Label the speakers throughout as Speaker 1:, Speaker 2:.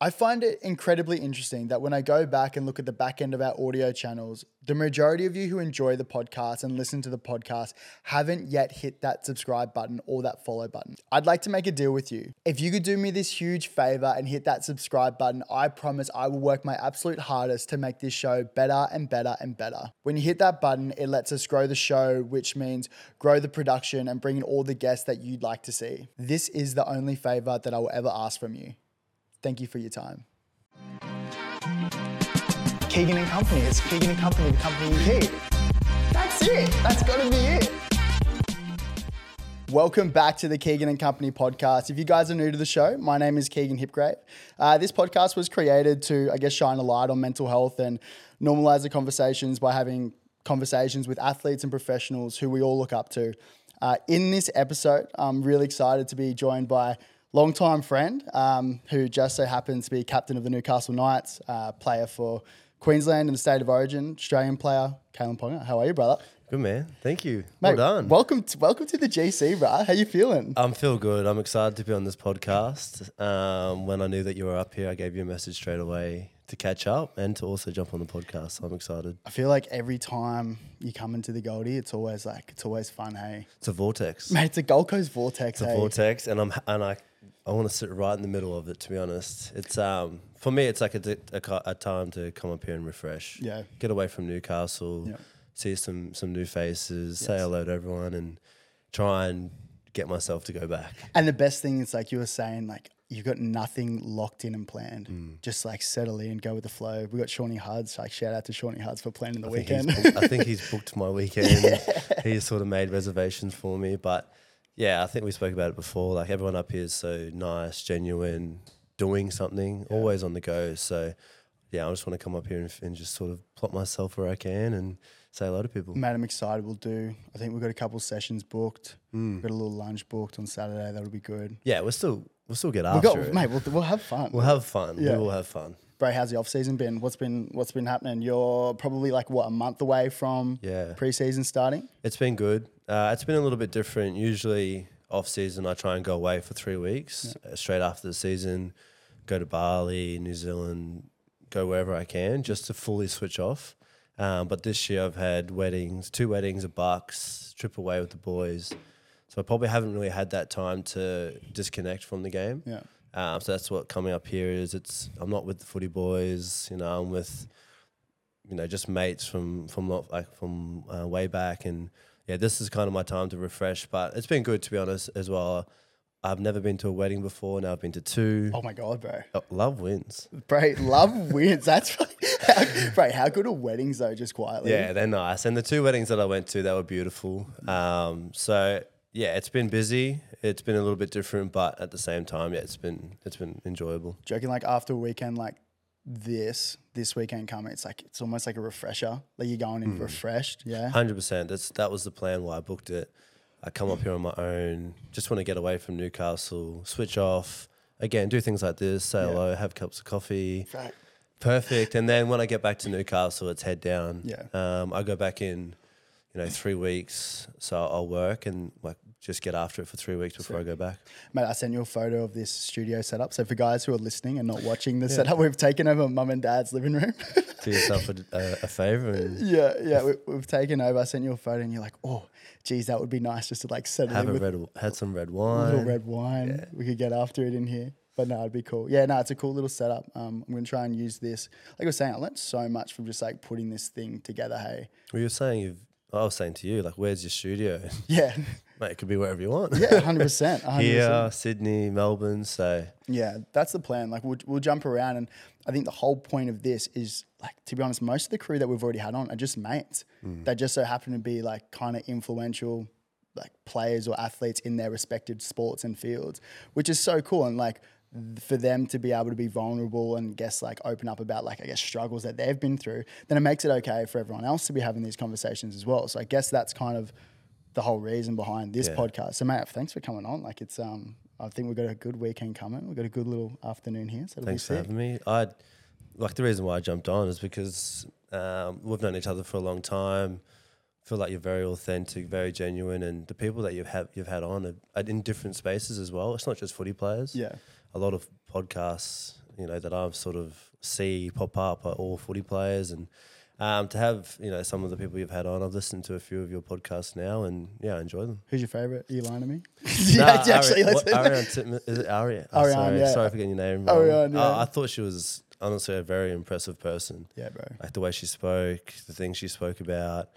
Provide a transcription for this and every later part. Speaker 1: I find it incredibly interesting that when I go back and look at the back end of our audio channels, the majority of you who enjoy the podcast and listen to the podcast haven't yet hit that subscribe button or that follow button. I'd like to make a deal with you. If you could do me this huge favor and hit that subscribe button, I promise I will work my absolute hardest to make this show better and better and better. When you hit that button, it lets us grow the show, which means grow the production and bring in all the guests that you'd like to see. This is the only favor that I will ever ask from you. Thank you for your time. Keegan and Company. It's Keegan and Company, the company you keep. That's it. That's got to be it. Welcome back to the Keegan and Company podcast. If you guys are new to the show, my name is Keegan Hipgrave. Uh, this podcast was created to, I guess, shine a light on mental health and normalize the conversations by having conversations with athletes and professionals who we all look up to. Uh, in this episode, I'm really excited to be joined by longtime friend um, who just so happens to be captain of the Newcastle Knights, uh, player for Queensland and the state of origin, Australian player, Kalen Ponga. How are you, brother?
Speaker 2: Good man, thank you. well
Speaker 1: Mate,
Speaker 2: done.
Speaker 1: Welcome to, welcome to the GC, bro. How you feeling?
Speaker 2: I'm feel good. I'm excited to be on this podcast. Um, when I knew that you were up here, I gave you a message straight away to catch up and to also jump on the podcast. So I'm excited.
Speaker 1: I feel like every time you come into the Goldie, it's always like it's always fun, hey.
Speaker 2: It's a vortex.
Speaker 1: Mate, it's a Gold Coast vortex,
Speaker 2: It's a
Speaker 1: hey.
Speaker 2: vortex, and I'm and I I want to sit right in the middle of it. To be honest, it's um for me, it's like a, di- a, ki- a time to come up here and refresh.
Speaker 1: Yeah.
Speaker 2: get away from Newcastle,
Speaker 1: Yeah.
Speaker 2: see some some new faces, say hello to everyone, and try and get myself to go back.
Speaker 1: And the best thing is like you were saying, like you've got nothing locked in and planned.
Speaker 2: Mm.
Speaker 1: Just like settle in, go with the flow. We got Shawnee Huds. Like shout out to Shawnee Huds for planning the
Speaker 2: think he's
Speaker 1: weekend.
Speaker 2: booked- I think he's booked my weekend. He's sort of made reservations for me, but yeah, I think we spoke about it before. Like everyone up here is so nice, genuine, doing something, always on the go. So yeah, I just want to come up here and, f- and just sort of plot myself where I can and say hello to people.
Speaker 1: Mate, I'm excited. We'll do. I think we've got a couple sessions booked.
Speaker 2: Mm.
Speaker 1: We've got a little lunch booked on Saturday. That'll be good.
Speaker 2: Yeah, we'll still we'll still get
Speaker 1: We
Speaker 2: after
Speaker 1: got,
Speaker 2: it.
Speaker 1: mate. We'll, we'll have fun.
Speaker 2: We'll have fun.
Speaker 1: Yeah.
Speaker 2: We will have fun.
Speaker 1: Bro, how's the off season been? What's been What's been happening? You're probably like what a month away from
Speaker 2: Yeah.
Speaker 1: preseason starting.
Speaker 2: It's been good. Uh, it's been a little bit different. Usually, off season, I try and go away for three weeks uh, straight after the season, go to Bali, New Zealand, go wherever I can just to fully switch off. Um, but this year, I've had weddings, two weddings, a bucks, trip away with the boys. So I probably haven't really had that time to disconnect from the game.
Speaker 1: Yeah.
Speaker 2: Um, so that's what coming up here is. It's I'm not with the footy boys. You know, I'm with you know just mates from from lo- like from uh, way back, and yeah, this is kind of my time to refresh. But it's been good to be honest as well. I've never been to a wedding before. Now I've been to two.
Speaker 1: Oh my god, bro.
Speaker 2: Oh, love wins.
Speaker 1: Bro, love wins. That's how, bro. How good are weddings though? Just quietly.
Speaker 2: Yeah, they're nice. And the two weddings that I went to, they were beautiful. Um, so yeah, it's been busy. It's been a little bit different, but at the same time, yeah, it's been it's been enjoyable.
Speaker 1: Joking like after a weekend like this, this weekend coming, it's like it's almost like a refresher. Like you're going
Speaker 2: Hmm.
Speaker 1: in refreshed. Yeah.
Speaker 2: Hundred percent. That's that was the plan why I booked it. I come up here on my own. Just want to get away from Newcastle, switch off. Again, do things like this. Say hello, have cups of coffee.
Speaker 1: Right.
Speaker 2: Perfect. And then when I get back to Newcastle, it's head down.
Speaker 1: Yeah.
Speaker 2: Um, I go back in, you know, three weeks. So I'll work and like just get after it for three weeks before I go back.
Speaker 1: Mate, I sent you a photo of this studio setup. So for guys who are listening and not watching the setup, we've taken over mum and dad's living room.
Speaker 2: Do yourself a, a, a favor and
Speaker 1: yeah, yeah, we, we've taken over. I sent you a photo, and you're like, oh, geez, that would be nice just to like settle
Speaker 2: have
Speaker 1: in
Speaker 2: a
Speaker 1: with
Speaker 2: red, had some red
Speaker 1: a little
Speaker 2: wine.
Speaker 1: red wine. We could get after it in here. But no, it'd be cool. Yeah, no, it's a cool little setup. Um, I'm gonna try and use this. Like I was saying, I learned so much from just like putting this thing together. Hey,
Speaker 2: Well, you were saying you've. I was saying to you, like, where's your studio?
Speaker 1: yeah,
Speaker 2: Mate, it could be wherever you want.
Speaker 1: yeah, hundred percent,
Speaker 2: here, Sydney, Melbourne. So
Speaker 1: Yeah, that's the plan. Like we'll, we'll jump around, and I think the whole point of this is like to be honest, most of the crew that we've already had on are just mates that just so happen to be like kind of influential, like players or athletes in their respective sports and fields, which is so cool. And like th- for them to be able to be vulnerable and guess like open up about like I guess struggles that they've been through, then it makes it okay for everyone else to be having these conversations as well. So I guess that's kind of the whole reason behind this podcast. So mate, thanks for coming on. Like it's um I think we've got a good weekend coming. We've got a good little afternoon here. So it'll
Speaker 2: thanks for
Speaker 1: be sick.
Speaker 2: having me. I like the reason why I jumped on is because um, we've known each other for a long time. Feel like you're very authentic, very genuine, and the people that you've have you've had on are, are in different spaces as well. It's not just footy players.
Speaker 1: Yeah.
Speaker 2: a lot of podcasts you know that I've sort of see pop up are all footy players, and um, to have you know some of the people you've had on. I've listened to a few of your podcasts now, and yeah, I enjoy them.
Speaker 1: Who's your favorite? Are you lying to me?
Speaker 2: No,
Speaker 1: yeah, actually,
Speaker 2: Ari-
Speaker 1: let's
Speaker 2: what- Ariane Titmus- is it Ariane? Oh,
Speaker 1: Ariane,
Speaker 2: sorry,
Speaker 1: yeah.
Speaker 2: sorry for getting your name wrong.
Speaker 1: Ariane,
Speaker 2: I-
Speaker 1: yeah.
Speaker 2: I thought she was honestly a very impressive person.
Speaker 1: yeah, bro.
Speaker 2: Like the way she spoke, the things she spoke about.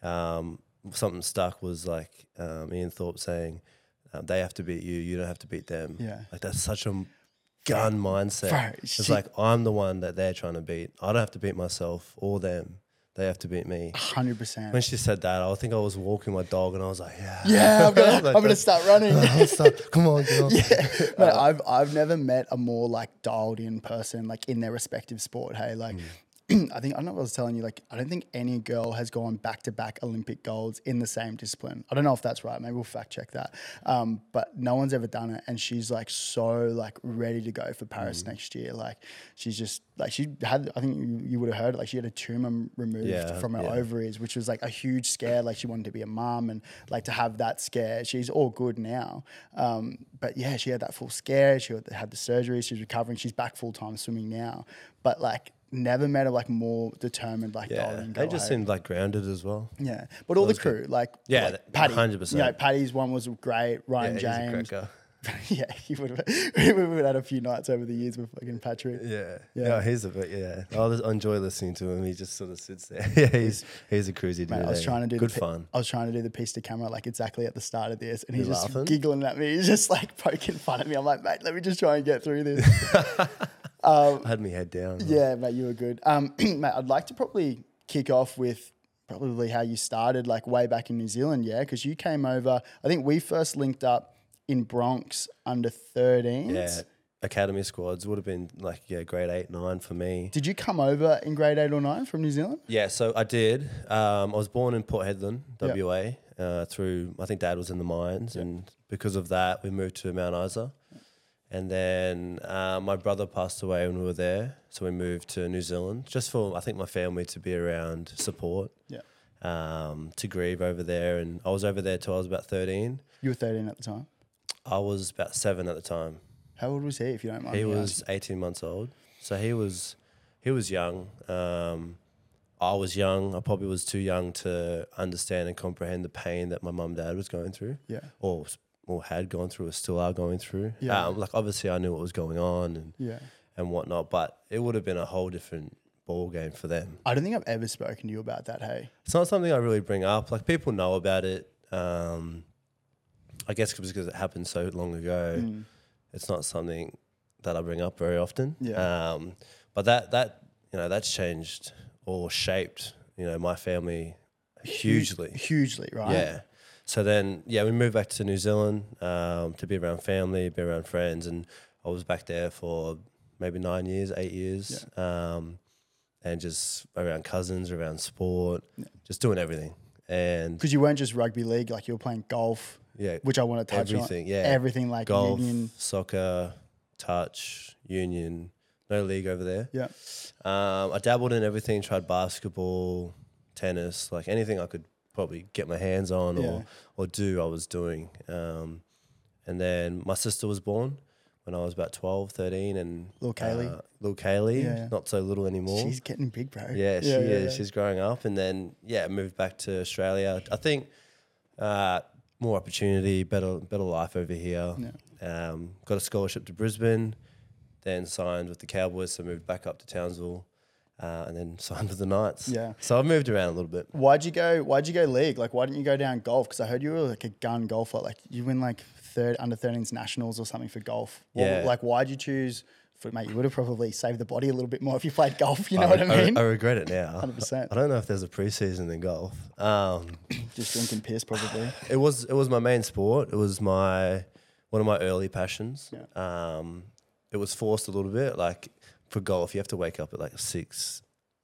Speaker 2: Um, something stuck was like um, Ian Thorpe saying, um, "They have to beat you. You don't have to beat them."
Speaker 1: Yeah.
Speaker 2: like that's such a gun mindset.
Speaker 1: Bro,
Speaker 2: it's
Speaker 1: she-
Speaker 2: like I'm the one that they're trying to beat. I don't have to beat myself or them. They have to beat me.
Speaker 1: Hundred percent.
Speaker 2: When she said that, I think I was walking my dog, and I was like, "Yeah,
Speaker 1: Yeah, I'm gonna,
Speaker 2: Like
Speaker 1: I'm gonna
Speaker 2: that's-
Speaker 1: start running.
Speaker 2: Stop. Come on, girl.
Speaker 1: Mate,
Speaker 2: Uh,
Speaker 1: I've I've never met a more like dialed in person like in their respective sport. Hey, like
Speaker 2: Mm.
Speaker 1: I think I don't know what I was telling you. Like I don't think any girl has gone back to back Olympic golds in the same discipline. I don't know if that's right. Maybe we'll fact check that. Um, but no one's ever done it, and she's like so like ready to go for Paris
Speaker 2: Mm.
Speaker 1: next year. Like she's just like she had. I think you, you would have heard it. Like she had a tumor m- removed
Speaker 2: Yeah,
Speaker 1: from her
Speaker 2: yeah.
Speaker 1: ovaries, which was like a huge scare. Like she wanted to be a mum and like to have that scare. She's all good now. Um, but yeah, she had that full scare. She had- had the surgery. She's recovering. She's back full time swimming now. But like, never met a like more determined like
Speaker 2: Yeah,
Speaker 1: darling
Speaker 2: they
Speaker 1: girl,
Speaker 2: just
Speaker 1: hey?
Speaker 2: seemed like grounded as well.
Speaker 1: yeah. But all the crew like
Speaker 2: Yeah,
Speaker 1: like
Speaker 2: that-
Speaker 1: Paddy,
Speaker 2: 100%.
Speaker 1: You know, Paddy's one was great. Ryan
Speaker 2: Yeah, he's a
Speaker 1: James,
Speaker 2: cracker.
Speaker 1: yeah, he would have. we would have had a few nights over the years with fucking Patrick.
Speaker 2: Yeah,
Speaker 1: Yeah.
Speaker 2: yeah. he's a bit. Yeah, I always enjoy listening to him. He just sort of sits there. yeah, he's he's a cruisy dude.
Speaker 1: Mate, I was
Speaker 2: eh?
Speaker 1: trying to do
Speaker 2: good
Speaker 1: the pi-
Speaker 2: fun.
Speaker 1: I was trying to do the piece to camera like exactly at the start of this, and he's
Speaker 2: You're
Speaker 1: just
Speaker 2: laughing?
Speaker 1: giggling at me. He's just like poking fun at me. I'm like, mate, let me just try and get through this. um,
Speaker 2: I had me head down.
Speaker 1: yeah, mate, you were good. Um, mate, I'd like to probably kick off with probably how you started, like way back in New Zealand, yeah, because you came over. I think we first linked up in Bronx under 13s.
Speaker 2: yeah. Academy squads would have been like yeah, grade eight, nine for me.
Speaker 1: Did you come over in grade eight or nine from New Zealand?
Speaker 2: Yeah, so I did. Um, I was born in Port Hedland,
Speaker 1: Yeah.
Speaker 2: WA. Uh, through I think Dad was in the mines, and because of that, we moved to Mount Isa. And then uh, my brother passed away when we were there, so we moved to New Zealand just for I think my family to be around support,
Speaker 1: Yeah.
Speaker 2: um, to grieve over there. And I was over there till I was about thirteen.
Speaker 1: You were 13 at the time.
Speaker 2: I was about seven at the time.
Speaker 1: How old was he, if you don't mind?
Speaker 2: He
Speaker 1: me
Speaker 2: was 18 months old. So he was he was young. Um, I was young. I probably was too young to understand and comprehend the pain that my mum and dad was going through
Speaker 1: asking?
Speaker 2: or or had gone through or still are going through.
Speaker 1: Yeah.
Speaker 2: Um, like obviously I knew what was going on and,
Speaker 1: Yeah. Yeah.
Speaker 2: and whatnot, but it would have been a whole different ball game for them.
Speaker 1: I don't think I've ever spoken to you about that. Hey,
Speaker 2: It's not something I really bring up. Like people know about it. Um, I guess because it happened so long ago it's not something that I bring up very often.
Speaker 1: Yeah.
Speaker 2: Um, but that that you know that's changed or shaped you know my family hugely.
Speaker 1: hugely, right?
Speaker 2: Yeah. So then yeah we moved back to New Zealand um, to be around family, be around friends, and I was back there for maybe nine years, eight years. Um, and just around cousins, around sport, just doing everything. And
Speaker 1: because you weren't just rugby league; like you were playing golf,
Speaker 2: yeah,
Speaker 1: which I want to touch
Speaker 2: Everything,
Speaker 1: on.
Speaker 2: yeah.
Speaker 1: everything like
Speaker 2: golf,
Speaker 1: union.
Speaker 2: soccer, touch, union, no league over there.
Speaker 1: Yeah,
Speaker 2: Um, I dabbled in everything, tried basketball, tennis, like anything I could probably get my hands on
Speaker 1: Yeah.
Speaker 2: or, or do, I was doing. Um, and then my sister was born when I was about 12, 13. And
Speaker 1: Little Kaylee.
Speaker 2: Uh, little Kaylee,
Speaker 1: Yeah.
Speaker 2: not so little anymore.
Speaker 1: she's getting big, bro.
Speaker 2: Oh. Yeah, she is.
Speaker 1: yeah.
Speaker 2: She's growing up, and then yeah, moved back to Australia. I think uh, more opportunity, better better life over here. Um, got a scholarship to Brisbane, then signed with the Cowboys, so moved back up to Townsville, uh, and then signed with the Knights.
Speaker 1: Yeah.
Speaker 2: So I've moved around a little bit.
Speaker 1: Why'd you go? Why'd you go league? Like, why didn't you go down golf? Because I heard you were like a gun golfer. Like, you win like third under 13s nationals or something for golf. What-
Speaker 2: Yeah.
Speaker 1: like, why'd you choose? For, mate, you would have probably saved the body a little bit more if you played golf. You know what I mean?
Speaker 2: I, regret it now.
Speaker 1: 100%.
Speaker 2: I don't know if there's a preseason in golf. Um,
Speaker 1: Just drinking piss, probably.
Speaker 2: it was it was my main sport. It was my one of my early passions. Um, it was forced a little bit. Like for golf, you have to wake up at like six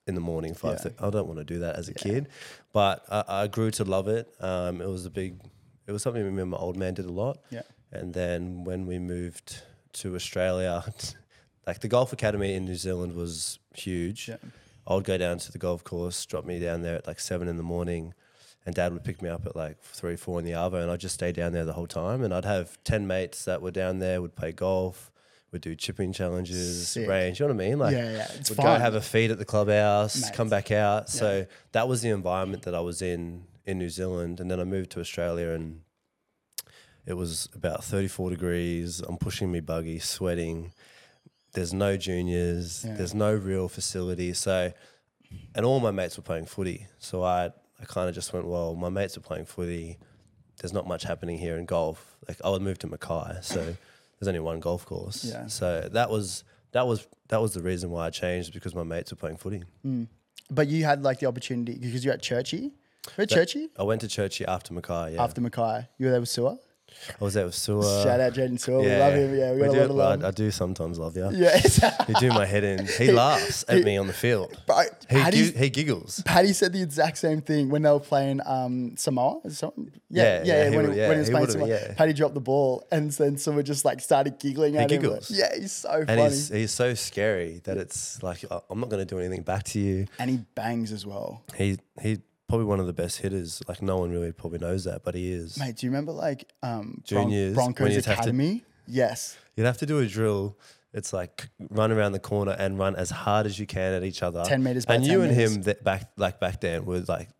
Speaker 2: in the morning. Five.
Speaker 1: Yeah.
Speaker 2: thir- I don't want to do that as a kid, but I, I grew to love it. Um, it was a big. It was something me and my old man did a lot.
Speaker 1: Yeah.
Speaker 2: And then when we moved to Australia, like the golf academy in New Zealand was huge.
Speaker 1: Yeah.
Speaker 2: I would go down to the golf course, drop me down there at like seven in the morning, and Dad would pick me up at like three, four in the hour, and I'd just stay down there the whole time. And I'd have ten mates that were down there, would play golf. We do chipping challenges,
Speaker 1: Sick.
Speaker 2: range. You know what I mean? Like,
Speaker 1: Yeah, yeah, it's
Speaker 2: we'd go
Speaker 1: fun.
Speaker 2: have a feed at the clubhouse,
Speaker 1: Mate.
Speaker 2: come back out. So that was the environment that I was in in New Zealand, and then I moved to Australia, and it was about thirty-four degrees. I'm pushing me buggy, sweating. There's no juniors.
Speaker 1: Yeah.
Speaker 2: There's no real facility. So, and all my mates were playing footy. So I, I kind of just went, well, my mates are playing footy. There's not much happening here in golf. Like I would move to Mackay, so there's only one golf course.
Speaker 1: Yeah.
Speaker 2: So that was that was that was the reason why I changed because my mates were playing footy.
Speaker 1: But you had like the opportunity because you're at Churchy. Where Churchy?
Speaker 2: I went to Churchy after Mackay. Yeah.
Speaker 1: After Mackay. You were there with Sewer?
Speaker 2: I was there with Sua.
Speaker 1: Shout out Jaden Sewer. We love him. Yeah, we got
Speaker 2: do,
Speaker 1: a lot of
Speaker 2: well, I-
Speaker 1: love.
Speaker 2: I, do sometimes love you.
Speaker 1: yeah.
Speaker 2: You do my head in. He laughs at me on the field.
Speaker 1: Bro,
Speaker 2: He,
Speaker 1: how do
Speaker 2: gi-
Speaker 1: you-
Speaker 2: he giggles.
Speaker 1: Paddy said the exact same thing when they were playing um, Samoa. Is it Samoa?
Speaker 2: Yeah,
Speaker 1: Yeah, yeah,
Speaker 2: yeah,
Speaker 1: yeah.
Speaker 2: he
Speaker 1: when,
Speaker 2: would-
Speaker 1: he,
Speaker 2: yeah,
Speaker 1: when he was
Speaker 2: he
Speaker 1: playing
Speaker 2: would've-
Speaker 1: Samoa,
Speaker 2: yeah.
Speaker 1: Paddy dropped the ball, and then someone just like started giggling at
Speaker 2: giggles.
Speaker 1: him. Like, yeah, he's so
Speaker 2: And
Speaker 1: funny,
Speaker 2: he's, he's so scary that it's like, "I- I'm not going to do anything back to you.
Speaker 1: and he bangs as well.
Speaker 2: He he probably one of the best hitters. Like no one really probably knows that, but he is.
Speaker 1: Mate, do you remember like um, Bron-
Speaker 2: Juniors, when
Speaker 1: Broncos
Speaker 2: you'd have to-
Speaker 1: Academy? Yes.
Speaker 2: You'd have to do a drill. It's like c- run around the corner and run as hard as you can at each other.
Speaker 1: 10 meters by
Speaker 2: And
Speaker 1: 10
Speaker 2: you and
Speaker 1: meters.
Speaker 2: him th- back like back then were like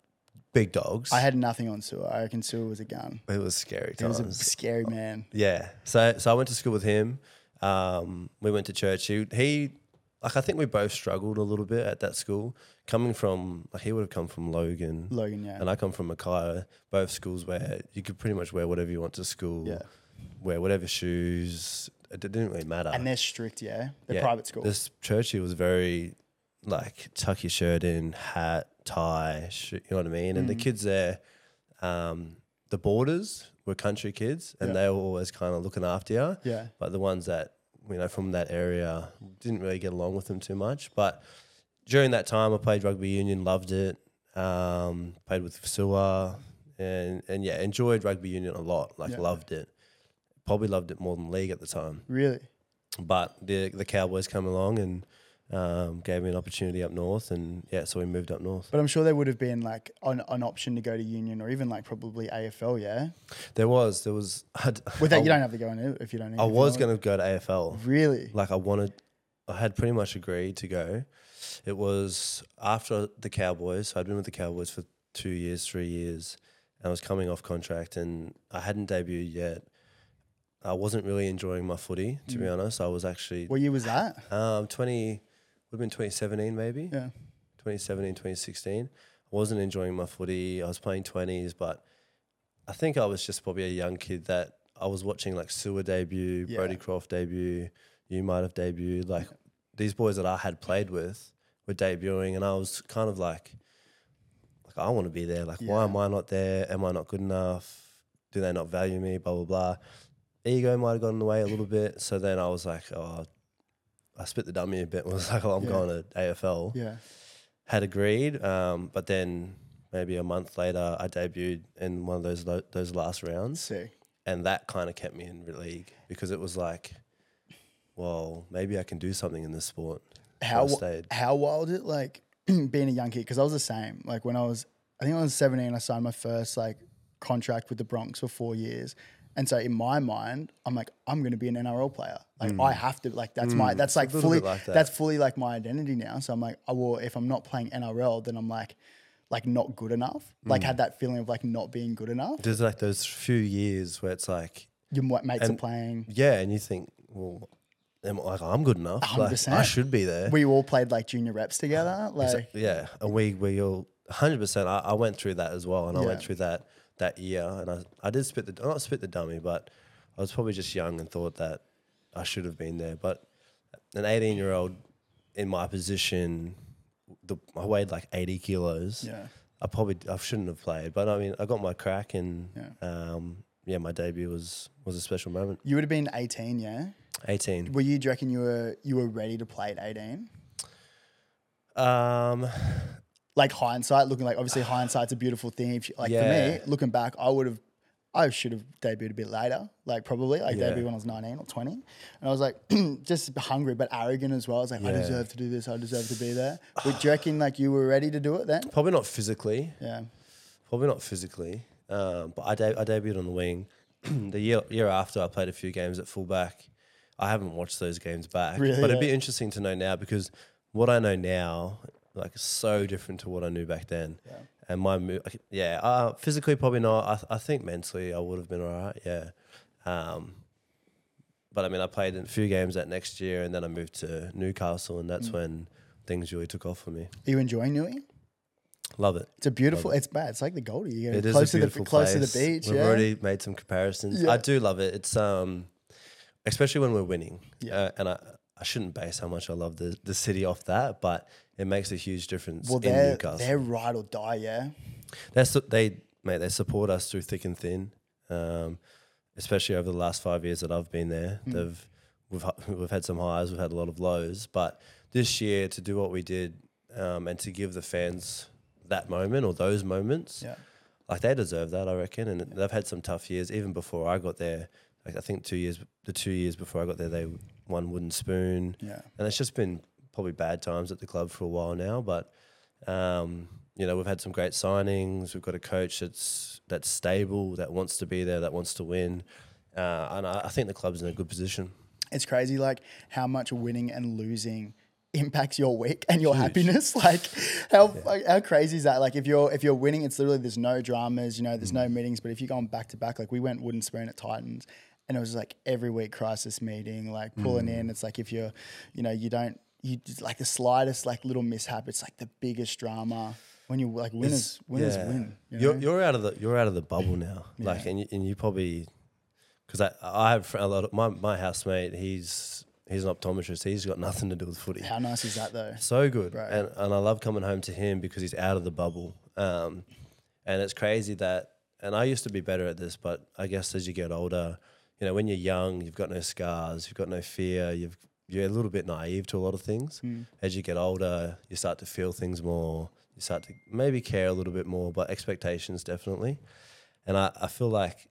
Speaker 2: big dogs.
Speaker 1: I had nothing on Sewer. I reckon Sewer was a gun.
Speaker 2: it was scary
Speaker 1: He
Speaker 2: times.
Speaker 1: was a scary man.
Speaker 2: Yeah. So so I went to school with him. Um, we went to church. He, he like I think we both struggled a little bit at that school. Coming from like he would have come from Logan.
Speaker 1: Logan, yeah.
Speaker 2: And I come from Mackay, both schools where you could pretty much wear whatever you want to school,
Speaker 1: Yeah.
Speaker 2: wear whatever shoes. It didn't really matter.
Speaker 1: And they're strict, yeah. They're
Speaker 2: Yeah.
Speaker 1: private school.
Speaker 2: This Churchy was very like tuck your shirt in, hat, tie, sh- you know what I mean?
Speaker 1: Mm.
Speaker 2: And the kids there, um, the borders were country kids and
Speaker 1: Yeah.
Speaker 2: they were always kind of looking after you.
Speaker 1: Yeah.
Speaker 2: But the ones that, you know, from that area didn't really get along with them too much. But during that time, I played rugby union, loved it, um, played with Fasua and, and yeah, enjoyed rugby union a lot, like
Speaker 1: Yeah.
Speaker 2: loved it. Probably loved it more than league at the time
Speaker 1: Really?
Speaker 2: but the the Cowboys come along and um, gave me an opportunity up north, and yeah, so we moved up north.
Speaker 1: But I'm sure there would have been like an, an option to go to union or even like probably AFL, yeah.
Speaker 2: There was there was I, d-
Speaker 1: With that,
Speaker 2: I-
Speaker 1: you don't have to go in it if you don't. Need
Speaker 2: Oh. I was gonna go to AFL.
Speaker 1: really.
Speaker 2: Like I wanted, I had pretty much agreed to go. It was after the Cowboys. So I'd been with the Cowboys for two years, three years, and I was coming off contract, and I hadn't debuted yet. I wasn't really enjoying my footy, to be honest. I was actually
Speaker 1: Mm. What year was that?
Speaker 2: um, twenty would have been twenty seventeen maybe.
Speaker 1: Yeah,
Speaker 2: 2017, 2016. I wasn't enjoying my footy. I was playing 20s, but I think I was just probably a young kid that I was watching like Sewer debut,
Speaker 1: Yeah.
Speaker 2: Brody Croft debut, you might have debuted. Like these boys that I had played with were debuting, and I was kind of like, like I want to be there. Like, why
Speaker 1: Yeah.
Speaker 2: am I not there? Am I not good enough? Do they not value me? Blah, blah, blah. Ego might have gone in the way a little bit. So then I was like, oh, I spit the dummy a bit. and was like, oh, I'm
Speaker 1: Yeah.
Speaker 2: going to AFL
Speaker 1: yeah.
Speaker 2: had agreed, um, but then maybe a month later, I debuted in one of those lo- those last rounds,
Speaker 1: Sick.
Speaker 2: and that kind of kept me in the league because it was like, well, maybe I can do something in this sport. So
Speaker 1: How
Speaker 2: I
Speaker 1: wi-
Speaker 2: stayed.
Speaker 1: how wild it like being a young kid because I was the same. Like when I was, I think I was 17, I signed my first like contract with the Bronx for four years. And so in my mind, I'm like, I'm going to be an NRL player. Like I
Speaker 2: Mm.
Speaker 1: have to, like that's my, that's like
Speaker 2: little
Speaker 1: fully,
Speaker 2: bit like that.
Speaker 1: that's fully like my identity now. So I'm like, oh, well, if I'm not playing NRL, then I'm like, like not good enough. Like
Speaker 2: Mm.
Speaker 1: had that feeling of like not being good enough.
Speaker 2: There's like those few years where it's like,
Speaker 1: Your mo- mates are playing.
Speaker 2: yeah, and you think, well, am, like I'm good enough. Like, I
Speaker 1: 100%.
Speaker 2: should be there.
Speaker 1: We all played like junior reps together. Like
Speaker 2: yeah, and we we all hundred percent. I, I went through that as well, and I went
Speaker 1: Yeah.
Speaker 2: through that that year, and I I did spit the not spit the dummy, but I was probably just young and thought that I should have been there. But an eighteen year old in my position, the, I weighed like eighty kilos.
Speaker 1: Yeah.
Speaker 2: I probably I shouldn't have played, but I mean I got my crack, and
Speaker 1: Yeah.
Speaker 2: um, yeah, my debut was was a special moment.
Speaker 1: you would have been 18, yeah.
Speaker 2: Eighteen.
Speaker 1: Were you? Do you reckon you were you were ready to play at eighteen?
Speaker 2: Um,
Speaker 1: Like hindsight, looking like obviously hindsight's a beautiful thing. If you, like
Speaker 2: Yeah.
Speaker 1: for me, looking back, I would have, I should have debuted a bit later. Like probably, like
Speaker 2: Yeah.
Speaker 1: debuted when I was nineteen or twenty, and I was like just hungry but arrogant as well. I was like, I
Speaker 2: Yeah.
Speaker 1: deserve to do this. I deserve to be there. But do you reckon like you were ready to do it then?
Speaker 2: probably not physically.
Speaker 1: Yeah,
Speaker 2: Probably not physically, um, but I, de- I debuted on the wing. the year, year after, I played a few games at fullback. I haven't watched those games back,
Speaker 1: Really?
Speaker 2: but it'd be
Speaker 1: Yeah.
Speaker 2: interesting to know now because what I know now, like, is so different to what I knew back then. And my, mo- I c- yeah, uh, physically probably not. I, th- I think mentally I would have been all right. Yeah. Um, but I mean, I played in a few games that next year, and then I moved to Newcastle, and
Speaker 1: Mm.
Speaker 2: that's when things really took off for me.
Speaker 1: Are you enjoying New England?
Speaker 2: Love it.
Speaker 1: It's a beautiful. It's bad. It's like the Goldie. You go
Speaker 2: It is
Speaker 1: close
Speaker 2: a
Speaker 1: to the
Speaker 2: beautiful
Speaker 1: close to
Speaker 2: place.
Speaker 1: the beach.
Speaker 2: We've
Speaker 1: yeah.
Speaker 2: already made some comparisons.
Speaker 1: Yeah.
Speaker 2: I do love it. It's um, especially when we're winning.
Speaker 1: Yeah.
Speaker 2: Uh, and I, I shouldn't base how much I love the, the city off that, but it makes a huge difference
Speaker 1: well,
Speaker 2: in
Speaker 1: they're
Speaker 2: Newcastle.
Speaker 1: they're ride or die. Yeah.
Speaker 2: That's the- they mate. They support us through thick and thin. Um, especially over the last five years that I've been there,
Speaker 1: Hmm.
Speaker 2: they've we've hu- we've had some highs, we've had a lot of lows, but this year to do what we did um, and to give the fans that moment or those moments,
Speaker 1: Yeah.
Speaker 2: like they deserve that, I reckon. And they've had some tough years even before I got there. Like I think two years, the two years before I got there, they won wooden spoon
Speaker 1: Yeah.
Speaker 2: and it's just been probably bad times at the club for a while now. But um, you know, we've had some great signings. We've got a coach that's that's stable, that wants to be there, that wants to win, uh, and I, I think the club's in a good position.
Speaker 1: It's crazy, like how much winning and losing impacts your week and your happiness. Like how like, how crazy is that? Like if you're if you're winning, it's literally there's no dramas. You know, there's no
Speaker 2: Mm.
Speaker 1: meetings. But if you're going back to back, like we went wooden spoon at Titans. And it was like every week crisis meeting, like pulling
Speaker 2: Mm.
Speaker 1: in. It's like if you're, you know, you don't, you just like the slightest like little mishap. It's like the biggest drama when you're like winners, winners
Speaker 2: Yeah.
Speaker 1: win. You
Speaker 2: You're,
Speaker 1: know?
Speaker 2: you're out of the you're out of the bubble now. Like, and you, and you probably because I I have fr- a lot of my my housemate. He's he's an optometrist. He's got nothing to do with footy.
Speaker 1: How nice is that though?
Speaker 2: So good. And, and I love coming home to him because he's out of the bubble. Um, and it's crazy that, and I used to be better at this, but I guess as you get older, you know, when you're young, you've got no scars, you've got no fear, you've, you're a little bit naive to a lot of things. As you get older, you start to feel things more, you start to maybe care a little bit more, but expectations definitely. And I, I feel like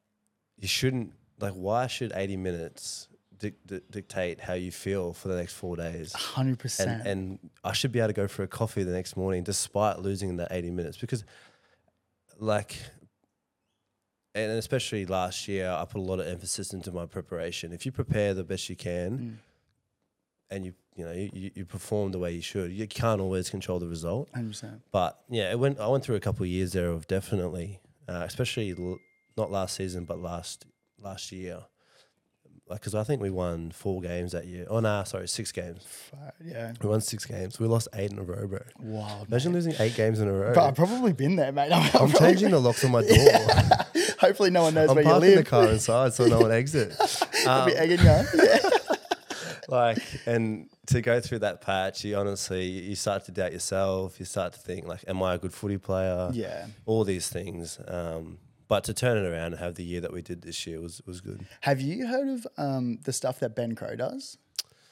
Speaker 2: you shouldn't, like, why should 80 minutes dic- dic- dictate how you feel for the next four days?
Speaker 1: Hundred percent.
Speaker 2: and, and I should be able to go for a coffee the next morning despite losing that 80 minutes because like and especially last year I put a lot of emphasis into my preparation if you prepare the best you can
Speaker 1: Mm.
Speaker 2: and you you know you- you, you perform the way you should you can't always control the result
Speaker 1: Hundred percent.
Speaker 2: but yeah, it went. I went through a couple of years there of definitely, uh, especially l- not last season, but last last year. Like, because I think we won four games that year. Oh no, sorry, six games.
Speaker 1: Yeah.
Speaker 2: We won six games. We lost eight in a row, bro.
Speaker 1: Wow.
Speaker 2: Imagine losing eight games in a row.
Speaker 1: But I've probably been there, mate. I'm,
Speaker 2: I'm changing the locks on my door.
Speaker 1: Hopefully, no one knows
Speaker 2: I'm
Speaker 1: where you
Speaker 2: parking the
Speaker 1: live.
Speaker 2: car Um, inside so no one exits.
Speaker 1: Could be egging you on. Yeah.
Speaker 2: like and to go through that patch you honestly you start to doubt yourself you start to think like am i a good footy player
Speaker 1: Yeah.
Speaker 2: all these things um but to turn it around and have the year that we did this year was was good
Speaker 1: Have you heard of um, the stuff that Ben Crow does?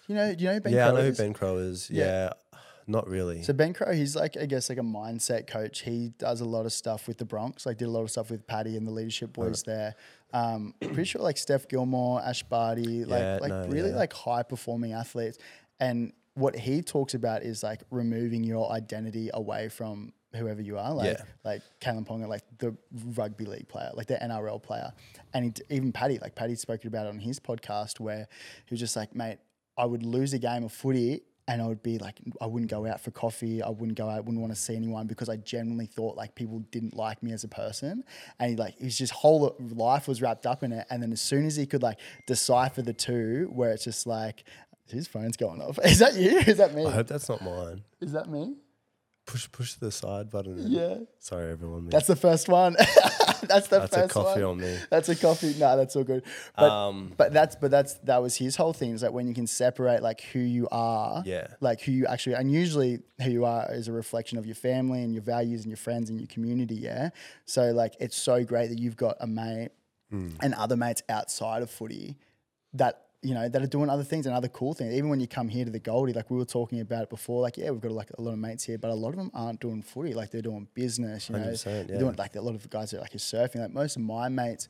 Speaker 1: You know, do you know who Ben
Speaker 2: yeah
Speaker 1: Crow
Speaker 2: i know who
Speaker 1: is?
Speaker 2: ben crow is
Speaker 1: Yeah.
Speaker 2: yeah, not really
Speaker 1: So Ben Crow, he's like I guess like a mindset coach. He does a lot of stuff with the Bronx. Like did a lot of stuff with Paddy and the leadership boys there. Um, pretty sure like Steph Gilmore, Ash Barty, like
Speaker 2: Yeah,
Speaker 1: like
Speaker 2: no,
Speaker 1: really
Speaker 2: yeah.
Speaker 1: like high performing athletes. And what he talks about is like removing your identity away from whoever you are. Like
Speaker 2: Yeah.
Speaker 1: like Kalen Ponga, like the rugby league player, like the NRL player, and he, even Paddy, like Paddy spoke about it on his podcast where he was just like, mate, I would lose a game of footy and I would be like, I wouldn't go out for coffee, I wouldn't go out, wouldn't want to see anyone because I genuinely thought like people didn't like me as a person, and he like his just whole life was wrapped up in it, and then as soon as he could like decipher the two, where it's just like. His phone's going off. Is that you? Is that me?
Speaker 2: i hope that's not mine
Speaker 1: Is that me?
Speaker 2: push push the side button
Speaker 1: Yeah.
Speaker 2: sorry everyone
Speaker 1: That's the first one. that's the
Speaker 2: That's
Speaker 1: first
Speaker 2: a coffee
Speaker 1: one.
Speaker 2: on Um, me
Speaker 1: That's a coffee. No, that's all good. But, but that's but that's that was his whole thing is like when you can separate like who you are,
Speaker 2: Yeah.
Speaker 1: like who you actually and usually who you are is a reflection of your family and your values and your friends and your community. Yeah, so like it's so great that you've got a mate
Speaker 2: Hmm.
Speaker 1: and other mates outside of footy that you know that are doing other things and other cool things. Even when you come here to the Goldie, like we were talking about it before, like yeah, we've got like a lot of mates here, but a lot of them aren't doing footy. Like they're doing business, you know,
Speaker 2: 100%,
Speaker 1: They're
Speaker 2: yeah.
Speaker 1: doing like a lot of guys are like are surfing. Like most of my mates,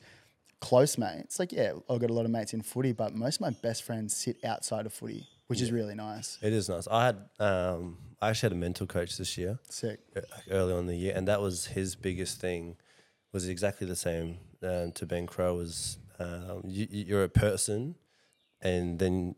Speaker 1: close mates, like yeah, I've got a lot of mates in footy, but most of my best friends sit outside of footy, which is really nice.
Speaker 2: it is nice i had um i actually had a mental coach this year
Speaker 1: Sick.
Speaker 2: like uh, early on in the year, and that was his biggest thing. Was uh, exactly the same um, to Ben Crow. Was um, you, you- you're a person, and then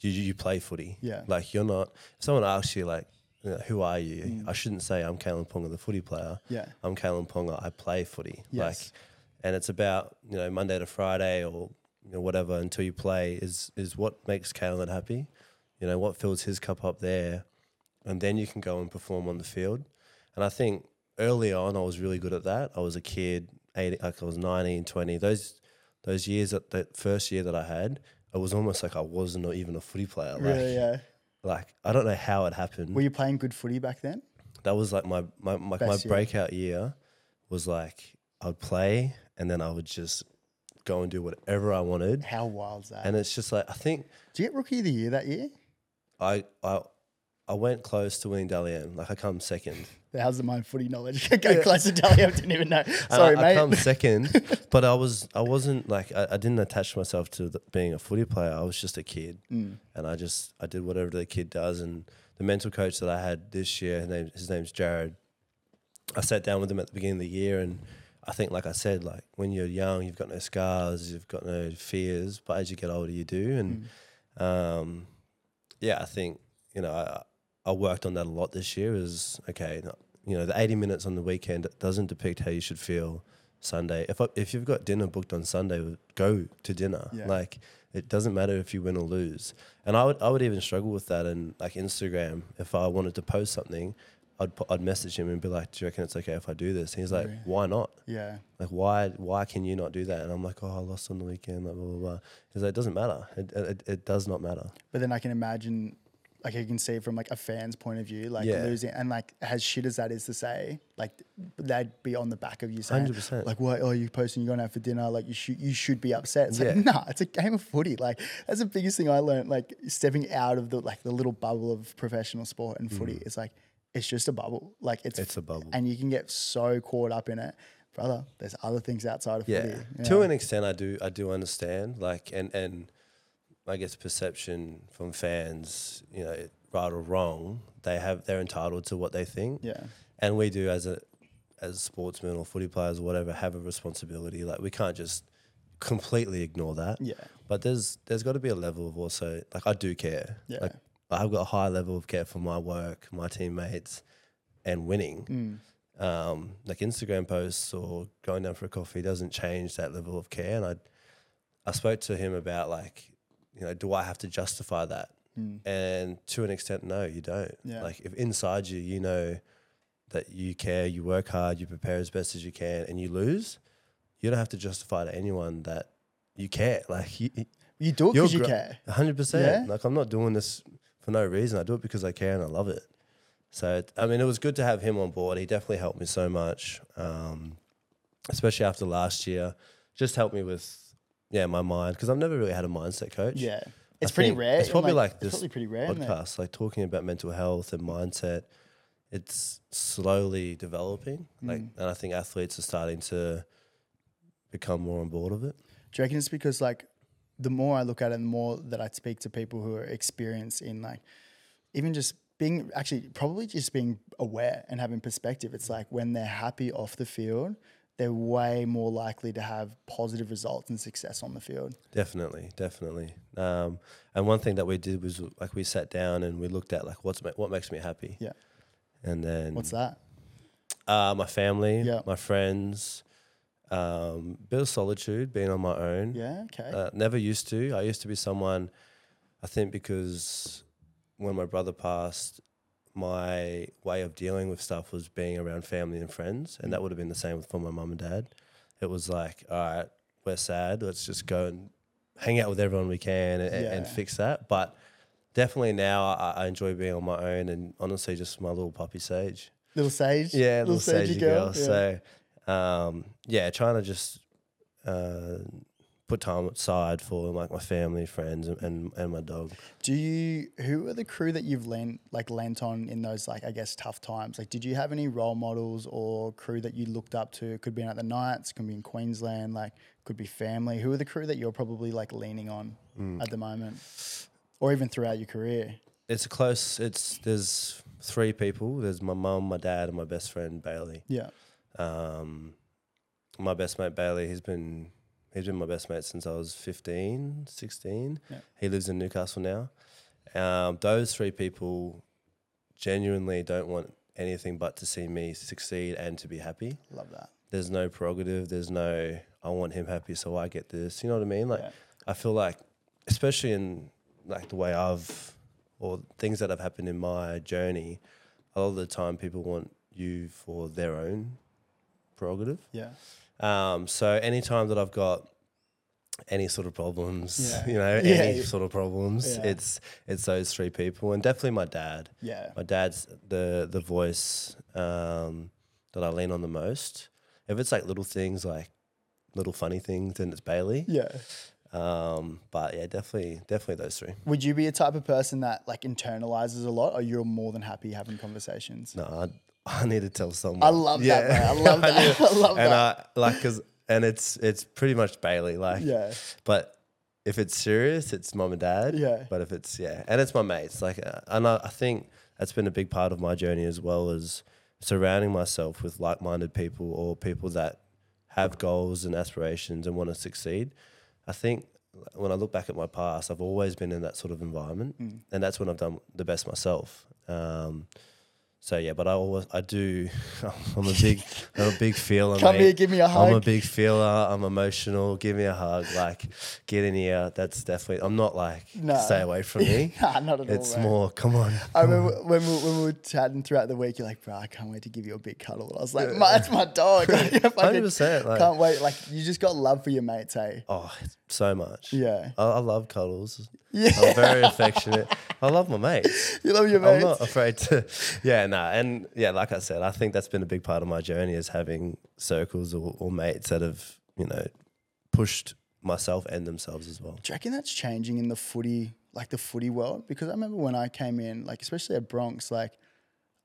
Speaker 2: you you play footy.
Speaker 1: Yeah.
Speaker 2: Like you're not. If someone asks you like, you know, who are you? I shouldn't say I'm Kalen Ponga, the footy
Speaker 1: Mm.
Speaker 2: player.
Speaker 1: Yeah.
Speaker 2: I'm Kalen Ponga. I play footy.
Speaker 1: Yes.
Speaker 2: Like, and it's about you know Monday to Friday or you know, whatever until you play is is what makes Kalen happy. You know what fills his cup up there, and then you can go and perform on the field. And I think early on, I was really good at that. I was a kid, eight, like I was 19, 20. Those those years, that, that first year that I had, it was almost like I wasn't even a footy player. Like,
Speaker 1: Really, yeah.
Speaker 2: like I don't know how it happened.
Speaker 1: Were you playing good footy back then?
Speaker 2: that was like my my my, my
Speaker 1: Best year.
Speaker 2: breakout year. Was like I'd play and then I would just go and do whatever I wanted.
Speaker 1: How wild's that?
Speaker 2: And it's just like I think
Speaker 1: Did you get rookie of the year that year?
Speaker 2: I I I went close to winning Dalian. Like I come second.
Speaker 1: How's my footy knowledge? Go close to Delhi. I didn't even know. Sorry,
Speaker 2: Uh, I, I
Speaker 1: mate.
Speaker 2: come second, but I was I wasn't like I, I didn't attach myself to the, being a footy player. I was just a kid,
Speaker 1: Mm.
Speaker 2: and I just I did whatever the kid does. And the mental coach that I had this year, his, name, his name's Jared. I sat down with him at the beginning of the year, and I think, like I said, like when you're young, you've got no scars, you've got no fears, but as you get older, you do.
Speaker 1: Mm.
Speaker 2: And um, yeah, I think you know I, I worked on that a lot this year. Is okay, no- you know, the eighty minutes on the weekend doesn't depict how you should feel Sunday. If I, if you've got dinner booked on Sunday, go to dinner.
Speaker 1: Yeah.
Speaker 2: Like it doesn't matter if you win or lose. And I would I would even struggle with that. And like Instagram, if I wanted to post something, I'd pu- I'd message him and be like, "Do you reckon it's okay if I do this?" And he's like, "Why not?"
Speaker 1: yeah.
Speaker 2: Like why why can you not do that? And I'm like, oh, I lost on the weekend. Like blah blah blah. He's like, it doesn't matter. It, it, it does not matter.
Speaker 1: But then I can imagine, like, I can see from like a fan's point of view, like
Speaker 2: Yeah.
Speaker 1: losing and like as shit as that is to say, like they'd be on the back of you saying,
Speaker 2: 100%.
Speaker 1: like, what are you posting? You're going out for dinner? Like, you should you should be upset. It's
Speaker 2: Yeah.
Speaker 1: like, nah, it's a game of footy. Like, that's the biggest thing I learned. Like stepping out of the like the little bubble of professional sport and footy. It's like it's just a bubble. Like it's
Speaker 2: Mm. It's a bubble.
Speaker 1: and you can get so caught up in it, brother. There's other things outside of
Speaker 2: yeah.
Speaker 1: footy. you
Speaker 2: To
Speaker 1: know?
Speaker 2: an extent, I do. I do understand. Like, and and I guess perception from fans, you know, right or wrong, they have they're entitled to what they think.
Speaker 1: Yeah.
Speaker 2: And we do as a as sportsmen or footy players or whatever have a responsibility. Like we can't just completely ignore that.
Speaker 1: Yeah.
Speaker 2: But there's there's got to be a level of also like I do care.
Speaker 1: Yeah.
Speaker 2: Like I've got a high level of care for my work, my teammates, and winning
Speaker 1: Mm.
Speaker 2: um, like Instagram posts or going down for a coffee doesn't change that level of care. And I, I spoke to him about like, you know, do I have to justify that? And to an extent, no, you don't.
Speaker 1: Mm. Yeah.
Speaker 2: Like if inside you, you know that you care, you work hard, you prepare as best as you can, and you lose, you don't have to justify to anyone that you care. Like you,
Speaker 1: You do it because you care.
Speaker 2: hundred percent.
Speaker 1: Yeah.
Speaker 2: Like I'm not doing this for no reason. I do it because I care and I love it. So it- I mean, it was good to have him on board. He definitely helped me so much, um, especially after last year. Just helped me with yeah my mind because I've never really had a mindset coach.
Speaker 1: Yeah.
Speaker 2: I
Speaker 1: It's pretty
Speaker 2: think
Speaker 1: rare.
Speaker 2: It's
Speaker 1: in,
Speaker 2: probably like,
Speaker 1: it's
Speaker 2: this
Speaker 1: probably pretty rare. isn't it?
Speaker 2: podcast, like talking about mental health and mindset. It's slowly developing, like,
Speaker 1: Mm.
Speaker 2: and I think athletes are starting to become more on board of it.
Speaker 1: Do you reckon it's because like the more I look at it, the more that I speak to people who are experienced in like even just being actually probably just being aware and having perspective. It's like when they're happy off the field, they're way more likely to have positive results and success on the field.
Speaker 2: Definitely, definitely. Um, and one thing that we did was like we sat down and we looked at like what's ma- what makes me happy.
Speaker 1: Yeah.
Speaker 2: And then
Speaker 1: What's that?
Speaker 2: Uh, my family,
Speaker 1: Yeah.
Speaker 2: my friends, um, bit of solitude, being on my own.
Speaker 1: Yeah. Okay.
Speaker 2: Uh, never used to. I used to be someone. I think because when my brother passed, my way of dealing with stuff was being around family and friends, and that
Speaker 1: Mm.
Speaker 2: would have been the same for my mum and dad. It was like, all right, we're sad. Let's just go and hang out with everyone we can and, and
Speaker 1: Yeah.
Speaker 2: fix that. But definitely now, I, I enjoy being on my own, and honestly, just my little puppy Sage.
Speaker 1: little Sage.
Speaker 2: Yeah, little, sagey girl.
Speaker 1: Yeah.
Speaker 2: So, um, yeah, trying to just uh, put time aside for like my family, friends, and and, and my dog.
Speaker 1: Do you who are the crew that you've lent like lent on in those like I guess tough times? Like did you have any role models or crew that you looked up to? Could be out at the Knights, could be in Queensland, like could be family. Who are the crew that you're probably like leaning on
Speaker 2: Mm.
Speaker 1: at the moment? Or even throughout your career?
Speaker 2: It's a close. It's there's three people. There's my mum, my dad, and my best friend Bailey.
Speaker 1: Yeah.
Speaker 2: Um, my best mate Bailey. He's been He's been my best mate since I was 15, 16.
Speaker 1: Yeah.
Speaker 2: He lives in Newcastle now. Um, those three people genuinely don't want anything but to see me succeed and to be happy.
Speaker 1: Love that.
Speaker 2: There's no prerogative. There's no, I want him happy, so I get this. You know what I mean? Like,
Speaker 1: Yeah.
Speaker 2: I feel like, especially in like the way I've, or things that have happened in my journey, a lot of the time people want you for their own prerogative.
Speaker 1: Yeah.
Speaker 2: Um, so anytime that I've got any sort of problems,
Speaker 1: Yeah.
Speaker 2: you know,
Speaker 1: Yeah.
Speaker 2: any sort of problems,
Speaker 1: Yeah.
Speaker 2: it's it's those three people, and definitely my dad.
Speaker 1: Yeah.
Speaker 2: My dad's the the voice um, that I lean on the most. If it's like little things, like little funny things, then it's Bailey.
Speaker 1: Yeah.
Speaker 2: Um, but yeah, definitely, definitely those three.
Speaker 1: Would you be a type of person that like internalizes a lot or you're more than happy having conversations?
Speaker 2: No, I, I need to tell someone.
Speaker 1: I love that,
Speaker 2: Yeah.
Speaker 1: man. I love that. I love
Speaker 2: and
Speaker 1: that.
Speaker 2: I like because and it's it's pretty much Bailey. Like
Speaker 1: Yeah.
Speaker 2: But if it's serious, it's mom and dad.
Speaker 1: Yeah.
Speaker 2: But if it's yeah, and it's my mates. Like, uh, and I, I think that's been a big part of my journey as well as surrounding myself with like-minded people or people that have goals and aspirations and want to succeed. I think when I look back at my past, I've always been in that sort of environment,
Speaker 1: Mm.
Speaker 2: and that's when I've done the best myself. Um, so yeah, but I always I do. I'm a big, I'm a big feeler.
Speaker 1: Come
Speaker 2: mate.
Speaker 1: here, give me a
Speaker 2: I'm a
Speaker 1: hug.
Speaker 2: big feeler. I'm emotional. Give me a hug. Like, get in here. That's definitely. I'm not like
Speaker 1: No.
Speaker 2: stay away from me.
Speaker 1: Nah, not at all.
Speaker 2: it's
Speaker 1: man.
Speaker 2: more. Come on.
Speaker 1: I remember when we, when we were chatting throughout the week, you're like, bro, I can't wait to give you a big cuddle. And I was like, "Mate, that's my dog. Like, if I could-
Speaker 2: 100%, like-
Speaker 1: can't wait. Like, you just got love for your mates, hey?
Speaker 2: Oh, so much.
Speaker 1: Yeah.
Speaker 2: I, I love cuddles.
Speaker 1: Yeah.
Speaker 2: I'm very affectionate. I love my mates.
Speaker 1: You love your
Speaker 2: I'm
Speaker 1: mates.
Speaker 2: not afraid to. Yeah, no, and yeah, like I said, I think that's been a big part of my journey is having circles or, or mates that have you know pushed myself and themselves as well.
Speaker 1: Do you reckon that's changing in the footy, like the footy world? Because I remember when I came in, like especially at Bronx, like,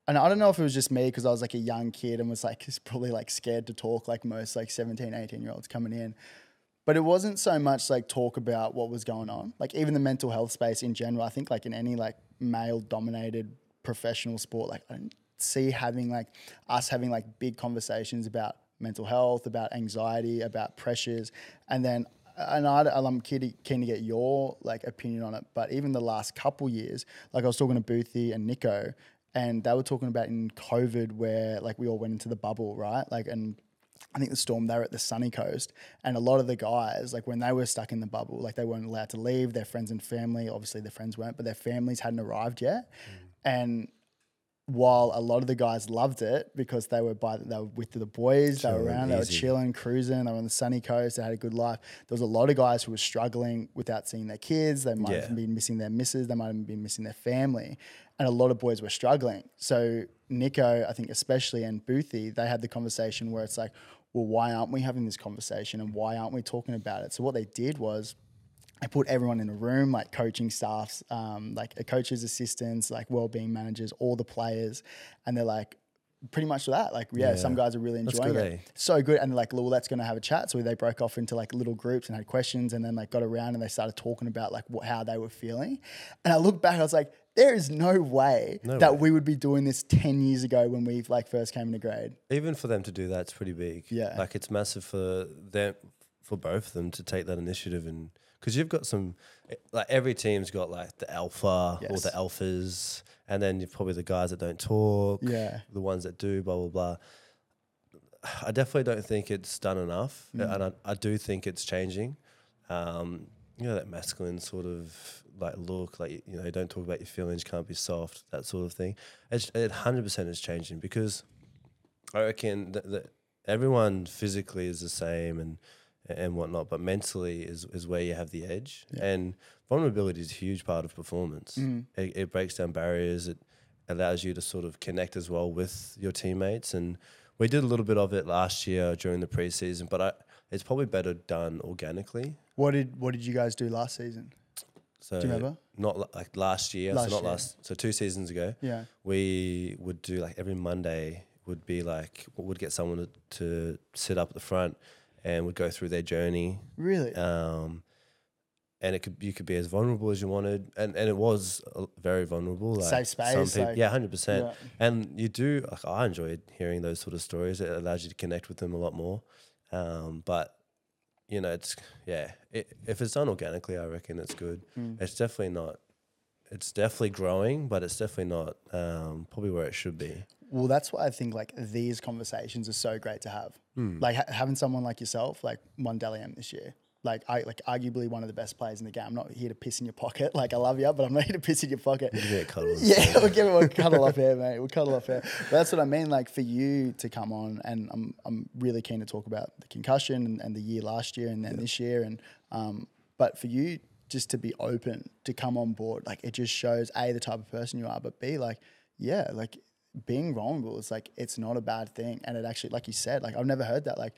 Speaker 1: and I don't know if it was just me because I was like a young kid and was like probably like scared to talk like most like 17, 18 year olds coming in. But it wasn't so much like talk about what was going on. Like even the mental health space in general, I think like in any like male dominated professional sport, like I don't see having like us having like big conversations about mental health, about anxiety, about pressures. And then uh, and I, I'm keen to, keen to get your like opinion on it. But even the last couple years, like I was talking to Boothie and Nico, and they were talking about in COVID where like we all went into the bubble, right? Like and I think the storm they were at the sunny coast, and a lot of the guys, like when they were stuck in the bubble, like they weren't allowed to leave. Their friends and family, obviously their friends weren't, but their families hadn't arrived yet. And while a lot of the guys loved it because they were by they were with the boys, they were
Speaker 2: Chilling,
Speaker 1: around, they were
Speaker 2: easy.
Speaker 1: chilling, cruising, they were on the sunny coast, they had a good life. There was a lot of guys who were struggling without seeing their kids. They might
Speaker 2: Yeah.
Speaker 1: have been missing their missus, they might have been missing their family. And a lot of boys were struggling. So Nico, I think especially and Boothie, they had the conversation where it's like, well, why aren't we having this conversation and why aren't we talking about it? So what they did was I put everyone in a room, like coaching staffs, um, like a coach's assistants, like well-being managers, all the players, and they're like, pretty much that. Like, yeah, some guys are really enjoying it,
Speaker 2: good, eh?
Speaker 1: so good. And they're like, well, that's going to have a chat. So they broke off into like little groups and had questions, and then like got around and they started talking about like what, how they were feeling. And I look back, I was like, there is no way that we would be doing this ten years ago when we like first came into grade.
Speaker 2: even for them to do that's pretty big.
Speaker 1: Yeah.
Speaker 2: like it's massive for them, for both of them to take that initiative and because you've got some, eh, like every team's got like the alpha
Speaker 1: Yes.
Speaker 2: or the alphas, and then you've probably the guys that don't talk.
Speaker 1: Yeah.
Speaker 2: the ones that do, blah blah blah. I definitely don't think it's done enough,
Speaker 1: Mm.
Speaker 2: and I, I do think it's changing. Um, you know that masculine sort of like look, like you know, don't talk about your feelings, can't be soft, that sort of thing. It's, it hundred percent is changing because I reckon that, that everyone physically is the same and and whatnot, but mentally is is where you have the edge. And vulnerability is a huge part of performance.
Speaker 1: Mm.
Speaker 2: It, it breaks down barriers. It allows you to sort of connect as well with your teammates. And we did a little bit of it last year during the preseason, but I, it's probably better done organically.
Speaker 1: What did what did you guys do last season?
Speaker 2: So
Speaker 1: Do you remember?
Speaker 2: Not li- like last year.
Speaker 1: Last
Speaker 2: so not
Speaker 1: year.
Speaker 2: last. So two seasons ago
Speaker 1: Yeah,
Speaker 2: we would do like every Monday would be like would get someone to, to sit up at the front and would go through their journey.
Speaker 1: really.
Speaker 2: Um, and it could you could be as vulnerable as you wanted, and and it was uh, very vulnerable. Like
Speaker 1: Safe space,
Speaker 2: peop-
Speaker 1: like-
Speaker 2: yeah, hundred percent.
Speaker 1: Yeah.
Speaker 2: And you do. Like, I enjoyed hearing those sort of stories. It allows you to connect with them a lot more. Um, but you know, it's yeah. It, if it's done organically, I reckon it's good.
Speaker 1: Hmm.
Speaker 2: It's definitely not. It's definitely growing, but it's definitely not um, probably where it should be.
Speaker 1: Well, that's why I think like these conversations are so great to have. Like ha- having someone like yourself, like Mondeliam this year, like I like arguably one of the best players in the game. I'm not here to piss in your pocket. Like I love you, but I'm not here to piss in your pocket.
Speaker 2: Yeah, cuddles.
Speaker 1: Yeah, we'll give it we'll cuddle up here, mate. We'll cuddle up here. But that's what I mean. Like for you to come on, and I'm I'm really keen to talk about the concussion and, and the year last year and then this year, and um, but for you just to be open to come on board, like it just shows a the type of person you are, but b like yeah, like being vulnerable is like it's not a bad thing, and it actually like you said, like I've never heard that like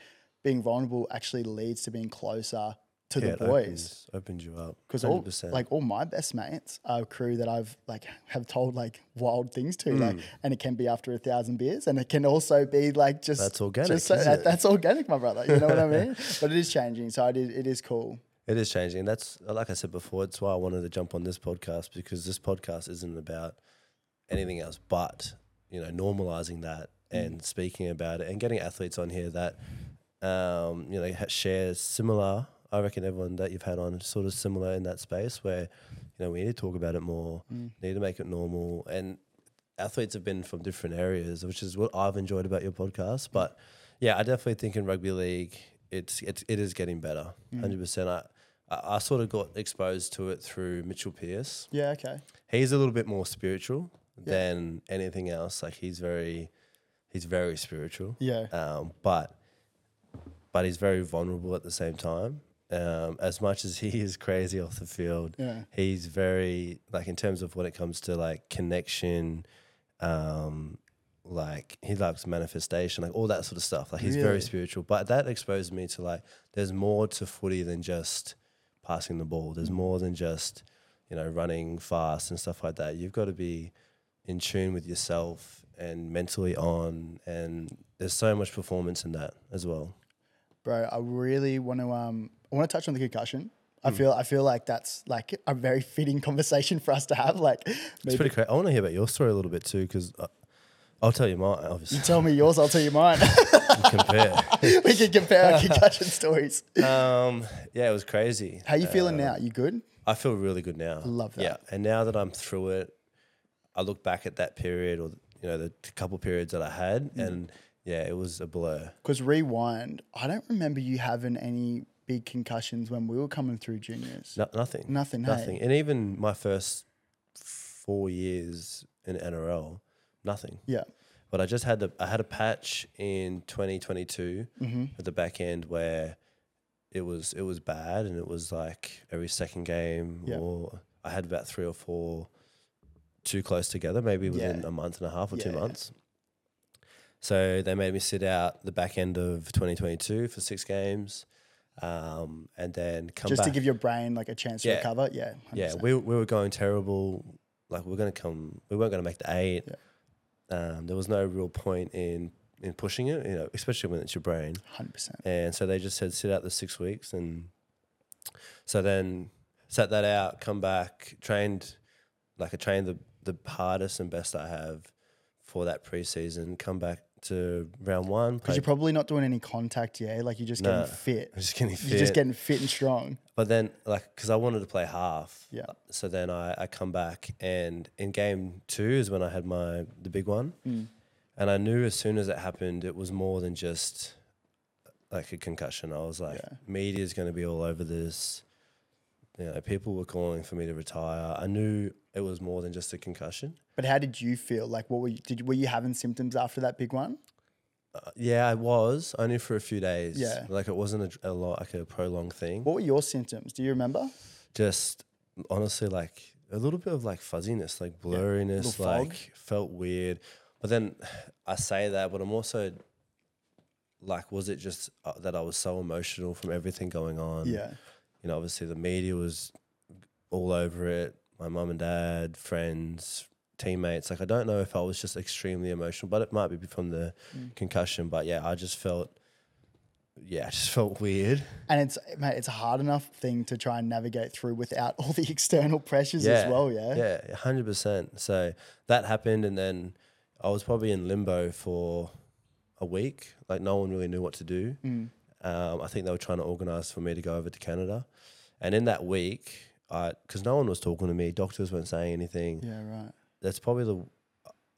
Speaker 1: being vulnerable actually leads to being closer to
Speaker 2: Yeah,
Speaker 1: the
Speaker 2: it
Speaker 1: boys
Speaker 2: opens, opens you up.
Speaker 1: because all
Speaker 2: 100%.
Speaker 1: like all my best mates are a crew that I've like have told like wild things to,
Speaker 2: Hmm.
Speaker 1: like, and it can be after a thousand beers, and it can also be like just
Speaker 2: That's organic,
Speaker 1: Just so,
Speaker 2: isn't
Speaker 1: that,
Speaker 2: it?
Speaker 1: that's organic, my brother. You know what I mean? But it is changing, so it is it is cool.
Speaker 2: It is changing. That's like I said before. It's why I wanted to jump on this podcast because this podcast isn't about anything else but you know normalizing that and speaking about it and getting athletes on here that um, you know ha- share similar. I reckon everyone that you've had on is sort of similar in that space where you know we need to talk about it more, need to make it normal, and athletes have been from different areas, which is what I've enjoyed about your podcast. But yeah, I definitely think in rugby league, it's it's it is getting better, hundred percent. I I I sort of got exposed to it through Mitchell Pearce.
Speaker 1: Yeah, okay.
Speaker 2: He's a little bit more spiritual than anything else. Like he's very he's very spiritual
Speaker 1: Yeah.
Speaker 2: um, but but he's very vulnerable at the same time. Um, as much as he is crazy off the field,
Speaker 1: Yeah.
Speaker 2: he's very like in terms of when it comes to like connection, um, like he likes manifestation, like all that sort of stuff. Like he's
Speaker 1: Really?
Speaker 2: very spiritual. But that exposed me to like there's more to footy than just passing the ball.
Speaker 1: Mm.
Speaker 2: There's more than just you know running fast and stuff like that. You've got to be in tune with yourself and mentally on and there's so much performance in that as well
Speaker 1: bro. I really want to um, I want to touch on the concussion. I
Speaker 2: Hmm.
Speaker 1: feel I feel like that's like a very fitting conversation for us to have. Like,
Speaker 2: it's pretty crazy i want to hear about your story a little bit too because i'll tell you mine obviously
Speaker 1: tell me yours, I'll tell you mine.
Speaker 2: compare
Speaker 1: we can compare our concussion stories.
Speaker 2: um yeah it was crazy
Speaker 1: How you feeling
Speaker 2: Um,
Speaker 1: now? You good?
Speaker 2: I feel really good now.
Speaker 1: Love that.
Speaker 2: Yeah, and now that I'm through it, I look back at that period or you know the couple periods that I had, and yeah, it was a blur.
Speaker 1: Because rewind, I don't remember you having any big concussions when we were coming through juniors.
Speaker 2: No, nothing.
Speaker 1: Nothing, hey?
Speaker 2: Nothing. And even my first four years in NRL, nothing.
Speaker 1: Yeah.
Speaker 2: But I just had the I had a patch in 2022
Speaker 1: Mm-hmm.
Speaker 2: at the back end where it was it was bad and it was like every second game
Speaker 1: Yeah.
Speaker 2: or I had about three or four too close together, maybe within
Speaker 1: Yeah.
Speaker 2: a month and a half or
Speaker 1: Yeah,
Speaker 2: two
Speaker 1: yeah.
Speaker 2: months. So they made me sit out the back end of 2022 for six games, um, and then come
Speaker 1: Just
Speaker 2: back.
Speaker 1: to give your brain like a chance to
Speaker 2: Yeah.
Speaker 1: recover. Yeah.
Speaker 2: Yeah,
Speaker 1: 100%.
Speaker 2: we we were going terrible. Like we are gonna come, we weren't gonna make the eight. Um, there was no real point in in pushing it, you know, especially when it's your brain.
Speaker 1: 100%.
Speaker 2: And so they just said sit out the six weeks, and so then sat that out, come back, trained like I trained the the hardest and best I have for that preseason. Come back to round one.
Speaker 1: Because
Speaker 2: played-
Speaker 1: you're probably not doing any contact, yeah? Like you're just
Speaker 2: No.
Speaker 1: getting fit.
Speaker 2: I'm just getting fit.
Speaker 1: You're just getting fit and strong.
Speaker 2: But then, like, because I wanted to play half.
Speaker 1: Yeah.
Speaker 2: So then I, I come back, and in game two is when I had my the big one,
Speaker 1: Mm.
Speaker 2: and I knew as soon as it happened, it was more than just like a concussion. I was like, media's going to be all over this. You know, people were calling for me to retire. I knew it was more than just a concussion.
Speaker 1: But how did you feel? Like, what were you, did, were you having symptoms after that big one?
Speaker 2: Uh, yeah, I was only for a few days.
Speaker 1: Yeah.
Speaker 2: Like it wasn't a, a lot, like a prolonged thing.
Speaker 1: What were your symptoms? Do you remember?
Speaker 2: just honestly like a little bit of like fuzziness, like blurriness,
Speaker 1: little fog.
Speaker 2: like felt weird. But then I say that, but I'm also like, was it just uh, that I was so emotional from everything going on?
Speaker 1: Yeah.
Speaker 2: You know, obviously the media was all over it. My mum and dad, friends, teammates. Like, I don't know if I was just extremely emotional, but it might be from the
Speaker 1: Mm.
Speaker 2: concussion. But yeah, I just felt, yeah, I just felt weird.
Speaker 1: And it's, mate, it's a hard enough thing to try and navigate through without all the external pressures as well, yeah?
Speaker 2: Yeah, hundred percent. So that happened, and then
Speaker 1: Mm.
Speaker 2: I was probably in limbo for a week. Like no one really knew what to do. Um, I think they were trying to organise for me to go over to Canada, and in that week, I because no one was talking to me, doctors weren't saying anything.
Speaker 1: Yeah, right.
Speaker 2: That's probably the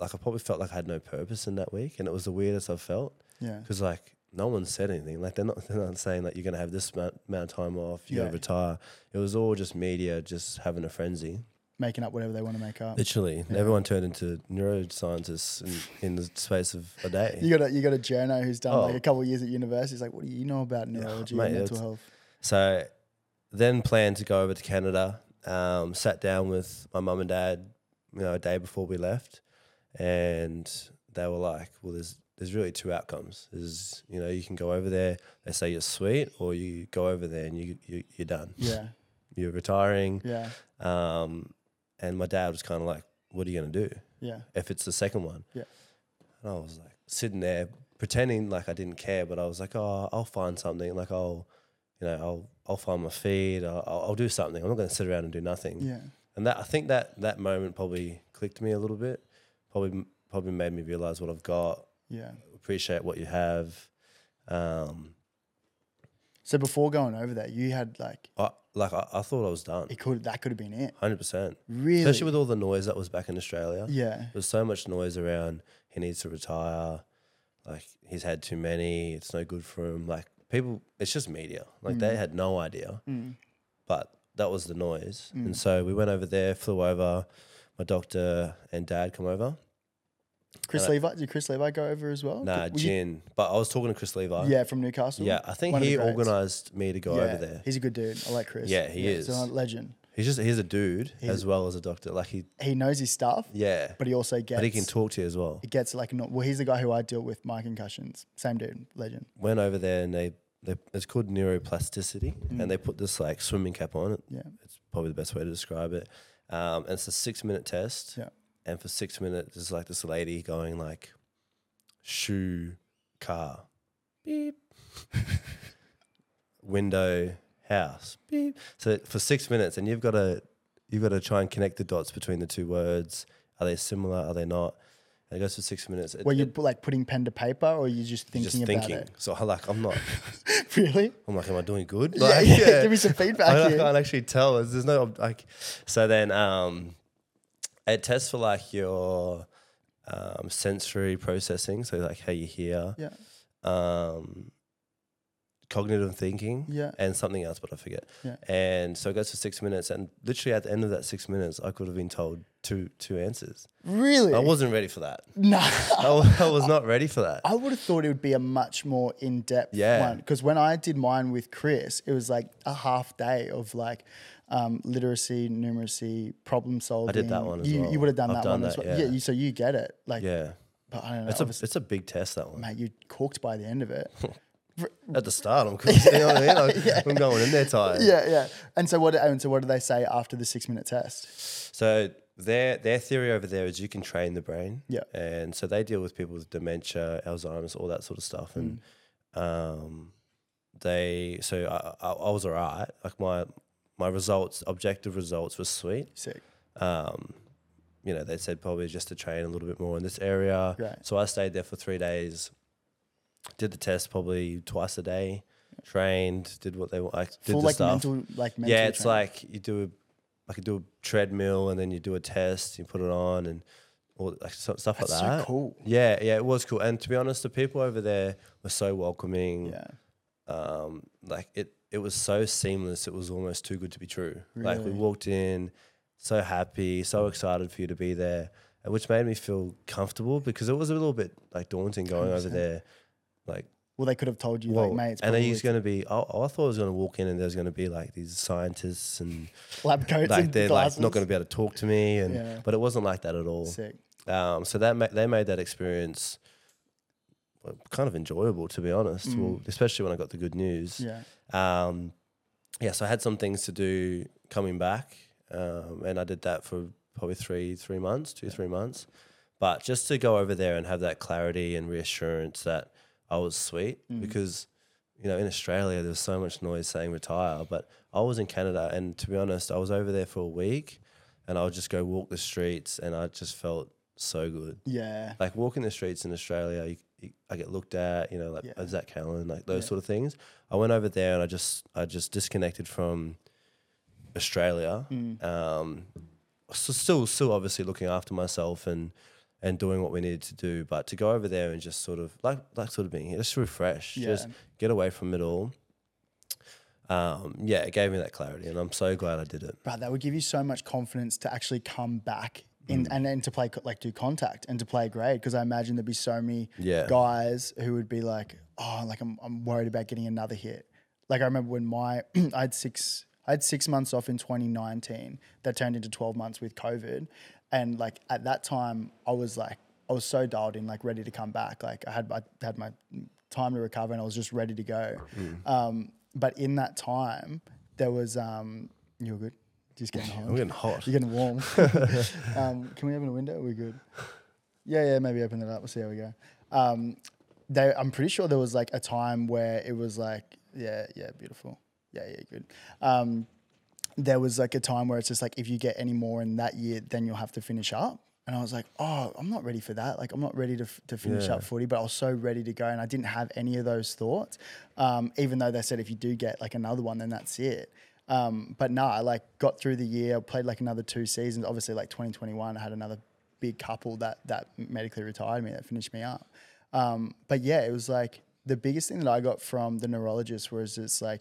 Speaker 2: like I probably felt like I had no purpose in that week, and it was the weirdest I've felt
Speaker 1: Yeah.
Speaker 2: because like no one said anything. Like they're not they're not saying like you're gonna have this amount, amount of time off, you're
Speaker 1: Yeah.
Speaker 2: gonna retire. It was all just media, just having a frenzy.
Speaker 1: Making up whatever they want to make up.
Speaker 2: Literally, everyone turned into neuroscientists in, in the space of a day.
Speaker 1: You got a you got a journo who's done like
Speaker 2: Oh.
Speaker 1: a couple of years at university. He's like, what do you know about neurology
Speaker 2: mate,
Speaker 1: and mental
Speaker 2: it's-
Speaker 1: health?
Speaker 2: So then planned to go over to Canada. Um, sat down with my mum and dad, you know, a day before we left, and they were like, "Well, there's there's really two outcomes. Is you know you can go over there, they say you're sweet, or you go over there and you, you you're done.
Speaker 1: Yeah,
Speaker 2: You're retiring."
Speaker 1: yeah,
Speaker 2: Um, and my dad was kind of like, "What are you gonna do
Speaker 1: yeah,
Speaker 2: if it's the second one?"
Speaker 1: Yeah.
Speaker 2: And I was like sitting there pretending like I didn't care, but I was like, "Oh, I'll find something. Like I'll, you know, I'll I'll find my feed. I'll, I'll I'll do something. I'm not gonna sit around and do nothing."
Speaker 1: yeah,
Speaker 2: And that I think that that moment probably clicked me a little bit. Probably probably made me realize what I've got,
Speaker 1: yeah.
Speaker 2: appreciate what you have. Um,
Speaker 1: So before going over that, you had like
Speaker 2: I like I, I thought I was done,
Speaker 1: it could that could have been it.
Speaker 2: hundred percent.
Speaker 1: Really?
Speaker 2: Especially with all the noise that was back in Australia.
Speaker 1: yeah,
Speaker 2: There's so much noise around. He needs to retire. Like he's had too many. It's no good for him. Like people, it's just media. Like
Speaker 1: Mm.
Speaker 2: they had no idea, but that was the noise.
Speaker 1: Mm.
Speaker 2: And so we went over there, flew over. My doctor and dad come over.
Speaker 1: Chris Levi. Did Chris Levi go over as well?
Speaker 2: Nah,
Speaker 1: Were you-
Speaker 2: Jin. But I was talking to Chris Levi.
Speaker 1: yeah, from Newcastle.
Speaker 2: Yeah, I think
Speaker 1: One of the
Speaker 2: he
Speaker 1: greats.
Speaker 2: organised me to go
Speaker 1: Yeah,
Speaker 2: over there.
Speaker 1: He's a good dude. I like Chris.
Speaker 2: Yeah, he
Speaker 1: He's a
Speaker 2: is.
Speaker 1: legend.
Speaker 2: He's just he's a dude as well as a doctor. Like he,
Speaker 1: He knows his stuff,
Speaker 2: yeah,
Speaker 1: but he also gets
Speaker 2: but he can talk to you as well.
Speaker 1: it gets like not well he's the guy who i deal with my concussions same dude legend
Speaker 2: went over there and they, they it's called neuroplasticity
Speaker 1: Mm.
Speaker 2: and they put this like swimming cap on it.
Speaker 1: Yeah.
Speaker 2: It's probably the best way to describe it. Um, and it's a six minute test.
Speaker 1: Yeah.
Speaker 2: And for six minutes, there's like this lady going like, shoe, car, beep, window, house, beep. So for six minutes, and you've got to you've got to try and connect the dots between the two words. Are they similar? Are they not? And it goes for six minutes. It-
Speaker 1: were you
Speaker 2: it-
Speaker 1: like putting pen to paper or are you just
Speaker 2: you're
Speaker 1: thinking
Speaker 2: just
Speaker 1: about
Speaker 2: thinking? So I like I'm not.
Speaker 1: it really
Speaker 2: I'm like, am I doing good?
Speaker 1: Yeah,
Speaker 2: Like,
Speaker 1: yeah, give me some feedback
Speaker 2: I, I
Speaker 1: here.
Speaker 2: can't actually tell. There's, there's no like. So then, um, it tests for like your um, sensory processing, so like how you hear,
Speaker 1: yeah
Speaker 2: um, cognitive thinking,
Speaker 1: Yeah.
Speaker 2: and something else, but I forget.
Speaker 1: Yeah.
Speaker 2: And so it goes for six minutes, and literally at the end of that six minutes, I could have been told two two answers.
Speaker 1: really
Speaker 2: I wasn't ready for that.
Speaker 1: nah
Speaker 2: I, wa- I was not ready for that.
Speaker 1: i would have thought it would be a much more in-depth
Speaker 2: Yeah.
Speaker 1: one because when i did mine with chris it was like a half day of like um, literacy numeracy problem solving
Speaker 2: one as
Speaker 1: you,
Speaker 2: well.
Speaker 1: you would have done
Speaker 2: I've
Speaker 1: that
Speaker 2: done
Speaker 1: one as
Speaker 2: that,
Speaker 1: well yeah,
Speaker 2: yeah.
Speaker 1: you, so you get it like
Speaker 2: yeah.
Speaker 1: but i don't know
Speaker 2: It's a,
Speaker 1: obviously,
Speaker 2: it's a big test that one.
Speaker 1: mate you corked by the end of it
Speaker 2: At the start, I'm cool. You know what I mean? Like, I'm going in there tired.
Speaker 1: yeah yeah and so what and so what do they say after the six minute test
Speaker 2: So their their theory over there is you can train the brain.
Speaker 1: Yeah.
Speaker 2: And so they deal with people with dementia, Alzheimer's, all that sort of stuff. And um, they so I, I, I was alright. Like my my results, objective results were sweet.
Speaker 1: sick
Speaker 2: Um, you know, they said probably just to train a little bit more in this area.
Speaker 1: Right.
Speaker 2: So I stayed there for three days. Did the test probably twice a day. Trained, did what they want. Like, did
Speaker 1: full
Speaker 2: the
Speaker 1: like
Speaker 2: stuff.
Speaker 1: mental like mental
Speaker 2: yeah, it's
Speaker 1: training.
Speaker 2: like you do a like you do a treadmill and then you do a test, you put it on and all like so, stuff
Speaker 1: That's
Speaker 2: like
Speaker 1: so
Speaker 2: that.
Speaker 1: cool.
Speaker 2: Yeah, yeah, it was cool. And to be honest, the people over there were so welcoming.
Speaker 1: yeah
Speaker 2: Um, like it it was so seamless, it was almost too good to be true. Like we
Speaker 1: Really?
Speaker 2: walked in, so happy, so excited for you to be there. and Which made me feel comfortable because it was a little bit like daunting going over there. Like
Speaker 1: well they could have told you like
Speaker 2: whoa,
Speaker 1: mate it's
Speaker 2: and
Speaker 1: probably
Speaker 2: he's going to be. I, I thought I was going to walk in and there's going to be like these scientists and
Speaker 1: lab coats
Speaker 2: like
Speaker 1: and
Speaker 2: they're
Speaker 1: glasses.
Speaker 2: like not going to be able to talk to me and
Speaker 1: Yeah.
Speaker 2: but it wasn't like that at all
Speaker 1: sick
Speaker 2: um, so that ma- they made that experience well, kind of enjoyable to be honest
Speaker 1: Mm.
Speaker 2: well, especially when i got the good news
Speaker 1: yeah
Speaker 2: um, yeah so i had some things to do coming back um, and i did that for probably three three months two three months but just to go over there and have that clarity and reassurance that i was sweet because you know, in Australia, there was so much noise saying retire, but I was in Canada, and to be honest, I was over there for a week, and I would just go walk the streets, and I just felt so good.
Speaker 1: Yeah.
Speaker 2: Like walking the streets in Australia, you, you, I get looked at, you know, like
Speaker 1: Yeah.
Speaker 2: Zach Callan, like those
Speaker 1: Yeah.
Speaker 2: sort of things. I went over there and I just I just disconnected from Australia.
Speaker 1: Mm.
Speaker 2: Um, so still still obviously looking after myself and and doing what we needed to do, but to go over there and just sort of like like sort of being here, just refresh,
Speaker 1: Yeah.
Speaker 2: just get away from it all. Um, yeah, it gave me that clarity, and I'm so glad I did it.
Speaker 1: Bro, that would give you so much confidence to actually come back
Speaker 2: Mm.
Speaker 1: in, and then to play, co- like, do contact and to play grade. Because I imagine there'd be so many
Speaker 2: Yeah.
Speaker 1: guys who would be like, oh, like, I'm, I'm worried about getting another hit. Like, I remember when my, I had six. I had six months off in 2019 that turned into 12 months with COVID. And like at that time, I was like, I was so dialed in, like ready to come back. Like I had, I had my time to recover and I was just ready to go.
Speaker 2: Hmm.
Speaker 1: Um, but in that time, there was, um, you're good. Just getting hot.
Speaker 2: I'm getting hot.
Speaker 1: You're getting warm. um, can we open a window? We're good. Yeah, yeah, maybe open it up. We'll see how we go. Um, they, I'm pretty sure there was like a time where it was like, yeah, yeah, beautiful. Yeah, yeah, good. Um, there was like a time where it's just like, if you get any more in that year, then you'll have to finish up. And I was like, oh, I'm not ready for that. Like, I'm not ready to, f- to finish
Speaker 2: Yeah.
Speaker 1: up footy, but I was so ready to go. And I didn't have any of those thoughts, um, even though they said if you do get like another one, then that's it. Um, but nah, I like got through the year, played like another two seasons. Obviously, like 2021, I had another big couple that that medically retired me that finished me up. Um, but yeah, it was like the biggest thing that I got from the neurologist was it's like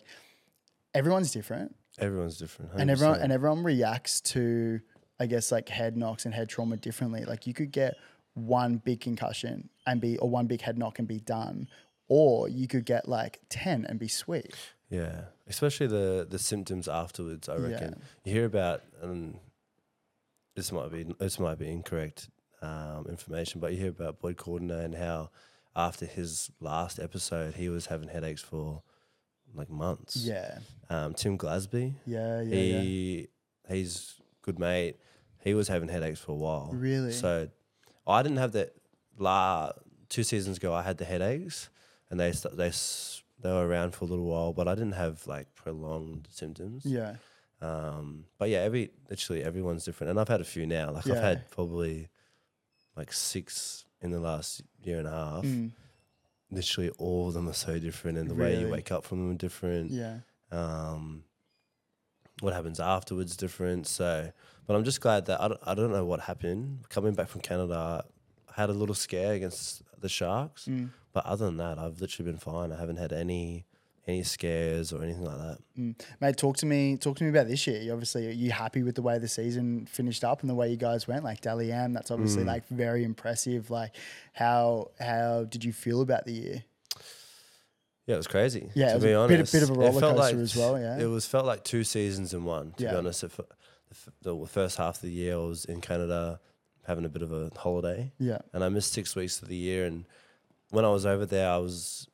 Speaker 1: everyone's different
Speaker 2: Everyone's different,
Speaker 1: and everyone
Speaker 2: 100%.
Speaker 1: and everyone reacts to I guess like head knocks and head trauma differently. Like you could get one big concussion and be or one big head knock and be done, or you could get like ten and be sweet.
Speaker 2: Yeah, especially the the symptoms afterwards. I reckon you hear about, and this might be this might be incorrect um, information, but you hear about Boyd Cordner and how after his last episode, he was having headaches for like months.
Speaker 1: Yeah,
Speaker 2: Um, Tim Glasby,
Speaker 1: yeah, yeah. yeah.
Speaker 2: he he's good mate. He was having headaches for a while.
Speaker 1: Really?
Speaker 2: So I didn't have that. La two seasons ago, I had the headaches, and they st- they s- they were around for a little while, but I didn't have like prolonged symptoms.
Speaker 1: Yeah,
Speaker 2: Um. But yeah, every literally everyone's different, and I've had a few now. Like I've
Speaker 1: Yeah.
Speaker 2: had probably like six in the last year and a half.
Speaker 1: Mm.
Speaker 2: Literally, all of them are so different, and the way you
Speaker 1: Really?
Speaker 2: wake up from them are different
Speaker 1: yeah,
Speaker 2: um, what happens afterwards different. So, but I'm just glad that I don't, I don't know what happened coming back from Canada. I had a little scare against the sharks,
Speaker 1: Mm.
Speaker 2: but other than that, I've literally been fine. I haven't had any any scares or anything like that.
Speaker 1: Mm. Mate, talk to me. Talk to me about this year. You obviously, are you happy with the way the season finished up and the way you guys went? Like Dally M, that's obviously
Speaker 2: Mm.
Speaker 1: like very impressive. Like, how how did you feel about the year?
Speaker 2: Yeah, it was crazy.
Speaker 1: Yeah, it
Speaker 2: to
Speaker 1: was a
Speaker 2: be
Speaker 1: bit- a
Speaker 2: honest,
Speaker 1: bit of a
Speaker 2: It
Speaker 1: roller
Speaker 2: felt
Speaker 1: coaster
Speaker 2: like-
Speaker 1: as well, yeah.
Speaker 2: it was felt like two seasons in one. To
Speaker 1: Yeah.
Speaker 2: be honest, It fe- the f- the first half of the year I was in Canada having a bit of a holiday.
Speaker 1: Yeah,
Speaker 2: and I missed six weeks of the year. And when I was over there, I was,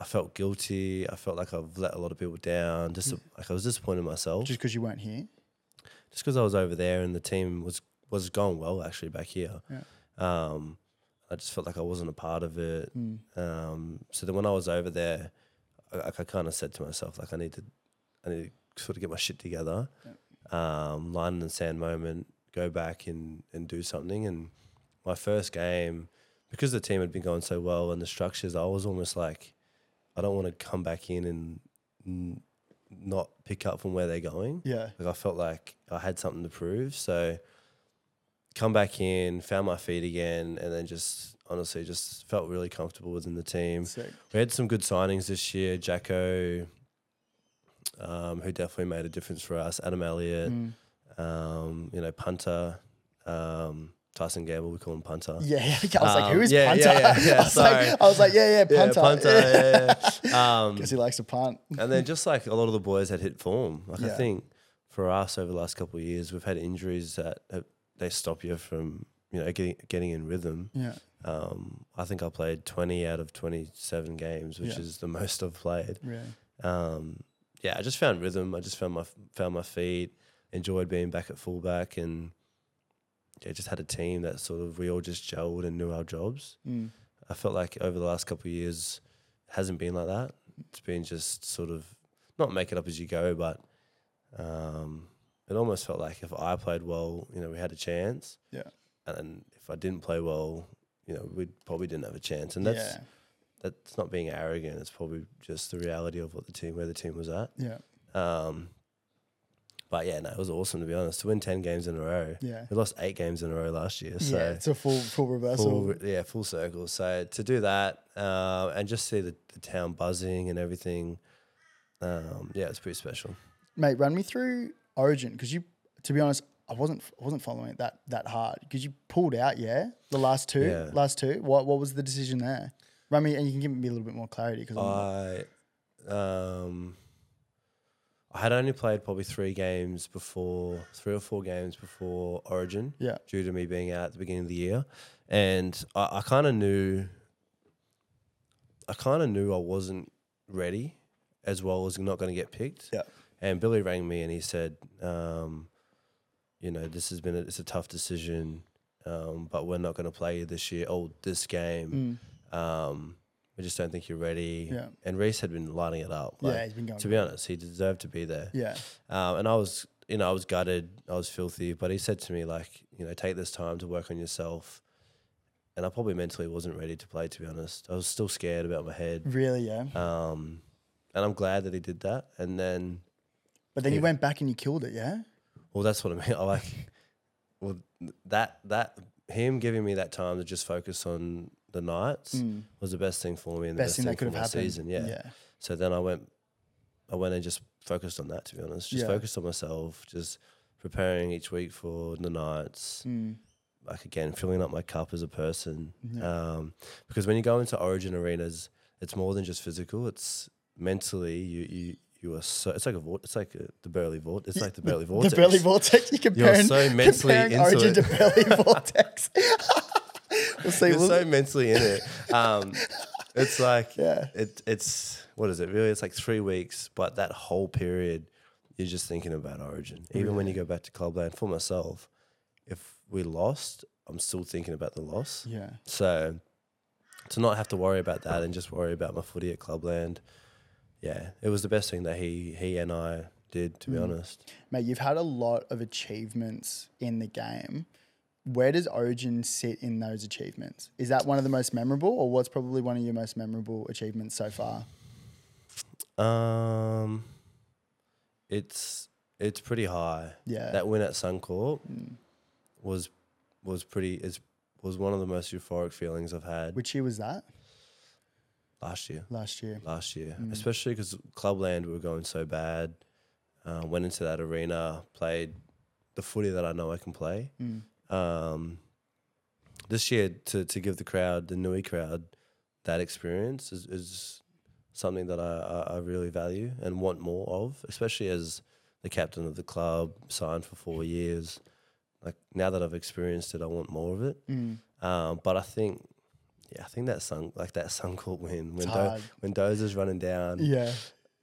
Speaker 2: I felt guilty. I felt like I've let a lot of people down. Just like I was disappointed in myself,
Speaker 1: just because you weren't here.
Speaker 2: just because I was over there and the team was was going well actually back here.
Speaker 1: Yeah.
Speaker 2: Um, I just felt like I wasn't a part of it. Um, so then when I was over there, I, I kind of said to myself like I need to, I need to sort of get my shit together. Um, line in the sand moment, go back and and do something. And my first game, because the team had been going so well and the structures, I was almost like, I don't want to come back in and n- not pick up from where they're going.
Speaker 1: Yeah,
Speaker 2: Like I felt like I had something to prove. So come back in, found my feet again, and then just honestly just felt really comfortable within the team.
Speaker 1: sick.
Speaker 2: We had some good signings this year. Jacko, um, who definitely made a difference for us. Adam Elliott,
Speaker 1: Mm.
Speaker 2: um, you know, punter, um, Tyson Gamble, we call him punter.
Speaker 1: Yeah, I was like, who
Speaker 2: Um,
Speaker 1: is
Speaker 2: yeah,
Speaker 1: punter?
Speaker 2: yeah, yeah, yeah,
Speaker 1: I, was like,
Speaker 2: sorry.
Speaker 1: I was like, yeah, yeah,
Speaker 2: Yeah,
Speaker 1: punter.
Speaker 2: punter. yeah, yeah. Um,
Speaker 1: Because he likes to punt.
Speaker 2: and then just like a lot of the boys had hit form. Like I
Speaker 1: Yeah.
Speaker 2: think for us over the last couple of years, we've had injuries that have, they stop you from you know getting getting in rhythm.
Speaker 1: Yeah,
Speaker 2: Um, I think I played twenty out of twenty seven games, which
Speaker 1: Yeah.
Speaker 2: is the most I've played.
Speaker 1: really.
Speaker 2: Um, yeah, I just found rhythm. I just found my found my feet. Enjoyed being back at fullback, and yeah, just had a team that sort of we all just gelled and knew our jobs.
Speaker 1: Mm.
Speaker 2: I felt like over the last couple of years it hasn't been like that. It's been just sort of not make it up as you go, but um, it almost felt like if I played well, you know, we had a chance.
Speaker 1: Yeah.
Speaker 2: and if I didn't play well, you know, we probably didn't have a chance. And that's
Speaker 1: yeah,
Speaker 2: that's not being arrogant. It's probably just the reality of what the team where the team was at.
Speaker 1: yeah,
Speaker 2: Um, but yeah, no, it was awesome to be honest to win ten games in a row.
Speaker 1: yeah.
Speaker 2: We lost eight games in a row last year, so
Speaker 1: yeah, it's a full full reversal.
Speaker 2: full, yeah, full circle. So to do that um, and just see the, the town buzzing and everything, um, yeah, it's pretty special.
Speaker 1: Mate, run me through Origin because you, to be honest, I wasn't I wasn't following it that that hard because you pulled out. Yeah, the last two,
Speaker 2: Yeah.
Speaker 1: last two. What what was the decision there? Run me, and you can give me a little bit more clarity because
Speaker 2: Uh, I um, I had only played probably three games before, three or four games before Origin.
Speaker 1: yeah,
Speaker 2: due to me being out at the beginning of the year, and I, I kind of knew, I kind of knew I wasn't ready, as well as not going to get picked.
Speaker 1: Yeah.
Speaker 2: And Billy rang me and he said, um, you know, this has been a, it's a tough decision, um, but we're not going to play you this year or this game.
Speaker 1: Mm.
Speaker 2: Um, we just don't think you're ready.
Speaker 1: Yeah.
Speaker 2: And Reese had been lighting it up. Like,
Speaker 1: yeah, he's been going.
Speaker 2: To be honest, he deserved to be there.
Speaker 1: yeah,
Speaker 2: Um, and I was, you know, I was gutted. I was filthy. But he said to me, like, you know, take this time to work on yourself. And I probably mentally wasn't ready to play, to be honest. I was still scared about my head.
Speaker 1: really, yeah.
Speaker 2: Um, and I'm glad that he did that. And then,
Speaker 1: But then you
Speaker 2: Yeah.
Speaker 1: went back and you killed it. Yeah,
Speaker 2: well, that's what I mean. I like, well, that, that, him giving me that time to just focus on the nights
Speaker 1: Mm.
Speaker 2: was the best thing for me and
Speaker 1: best
Speaker 2: the
Speaker 1: thing that could
Speaker 2: for
Speaker 1: have
Speaker 2: my
Speaker 1: happened.
Speaker 2: season.
Speaker 1: yeah,
Speaker 2: So then I went, I went and just focused on that. To be honest, just
Speaker 1: Yeah.
Speaker 2: focused on myself, just preparing each week for the nights.
Speaker 1: Mm.
Speaker 2: Like again, filling up my cup as a person.
Speaker 1: Yeah.
Speaker 2: Um, because when you go into Origin arenas, it's more than just physical. It's mentally you you. You are so it's like a vort, it's like a, the Burley Vort. It's like the Burley Vortex.
Speaker 1: the Burley vortex. You
Speaker 2: You're
Speaker 1: comparing,
Speaker 2: so mentally
Speaker 1: comparing
Speaker 2: into
Speaker 1: Origin
Speaker 2: it.
Speaker 1: to Burley vortex. we'll see.
Speaker 2: You're
Speaker 1: we'll-
Speaker 2: so mentally in it. Um, it's like
Speaker 1: Yeah.
Speaker 2: it, it's what is it really? It's like three weeks, but that whole period you're just thinking about Origin. Even when you go back to Clubland, for myself, if we lost, I'm still thinking about the loss.
Speaker 1: yeah,
Speaker 2: So to not have to worry about that and just worry about my footy at Clubland, yeah, it was the best thing that he he and I did. To be
Speaker 1: Mm.
Speaker 2: honest,
Speaker 1: mate, you've had a lot of achievements in the game. Where does Origin sit in those achievements? Is that one of the most memorable, or what's probably one of your most memorable achievements so far?
Speaker 2: um, it's it's pretty high.
Speaker 1: Yeah,
Speaker 2: That win at Suncorp was was pretty is was one of the most euphoric feelings I've had
Speaker 1: which year was that?
Speaker 2: last year.
Speaker 1: Last year. Mm.
Speaker 2: Last year, especially because Clubland we were going so bad. Uh, went into that arena, played the footy that I know I can play.
Speaker 1: Mm.
Speaker 2: Um, this year, to to give the crowd, the Nui crowd, that experience is, is something that I, I, I really value and want more of, especially as the captain of the club, signed for four years. Like now that I've experienced it, I want more of it.
Speaker 1: Mm.
Speaker 2: Um, but I think, yeah, I think that sun like that Suncorp win when
Speaker 1: It's
Speaker 2: Do-
Speaker 1: hard.
Speaker 2: when Dozer's running down
Speaker 1: Yeah,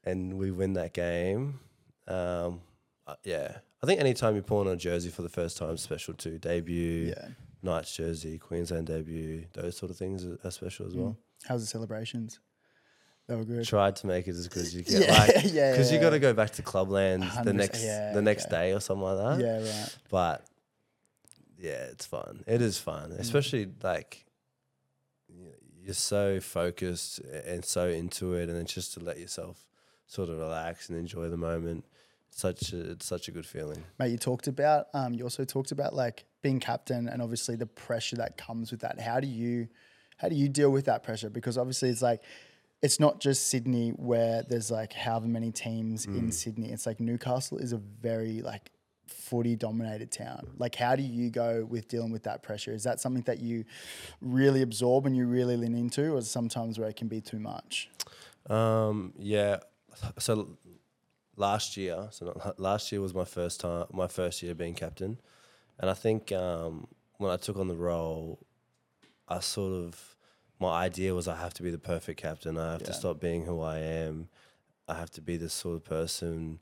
Speaker 2: and we win that game. Um, uh, yeah, I think anytime you're pulling on a jersey for the first time, special too. Debut,
Speaker 1: yeah.
Speaker 2: Knights jersey, Queensland debut, those sort of things are, are special
Speaker 1: Mm,
Speaker 2: as well.
Speaker 1: How's the celebrations? They were good.
Speaker 2: Tried to make it as good as you can,
Speaker 1: Yeah,
Speaker 2: like
Speaker 1: yeah, yeah.
Speaker 2: because you got
Speaker 1: yeah.
Speaker 2: to go back to Clubland the
Speaker 1: 100%,
Speaker 2: next
Speaker 1: yeah,
Speaker 2: the next
Speaker 1: okay.
Speaker 2: day or something like that.
Speaker 1: Yeah, right.
Speaker 2: But yeah, it's fun. It is fun, especially like y- you're so focused a- and so into it, and it's just to let yourself sort of relax and enjoy the moment. Such a, it's such a good feeling.
Speaker 1: Mate, you talked about, um, you also talked about like being captain and obviously the pressure that comes with that. How do you, how do you deal with that pressure? Because obviously it's like, it's not just Sydney where there's like however many teams
Speaker 2: Mm.
Speaker 1: in Sydney. It's like Newcastle is a very like footy dominated town. Like how do you go with dealing with that pressure? Is that something that you really absorb and you really lean into or is it sometimes where it can be too much?
Speaker 2: Um, yeah. So l- last year, so not, la- last year was my first time, my first year being captain, and I think um, when I took on the role, I sort of my idea was I have to be the perfect captain. I have
Speaker 1: Yeah.
Speaker 2: to stop being who I am. I have to be this sort of person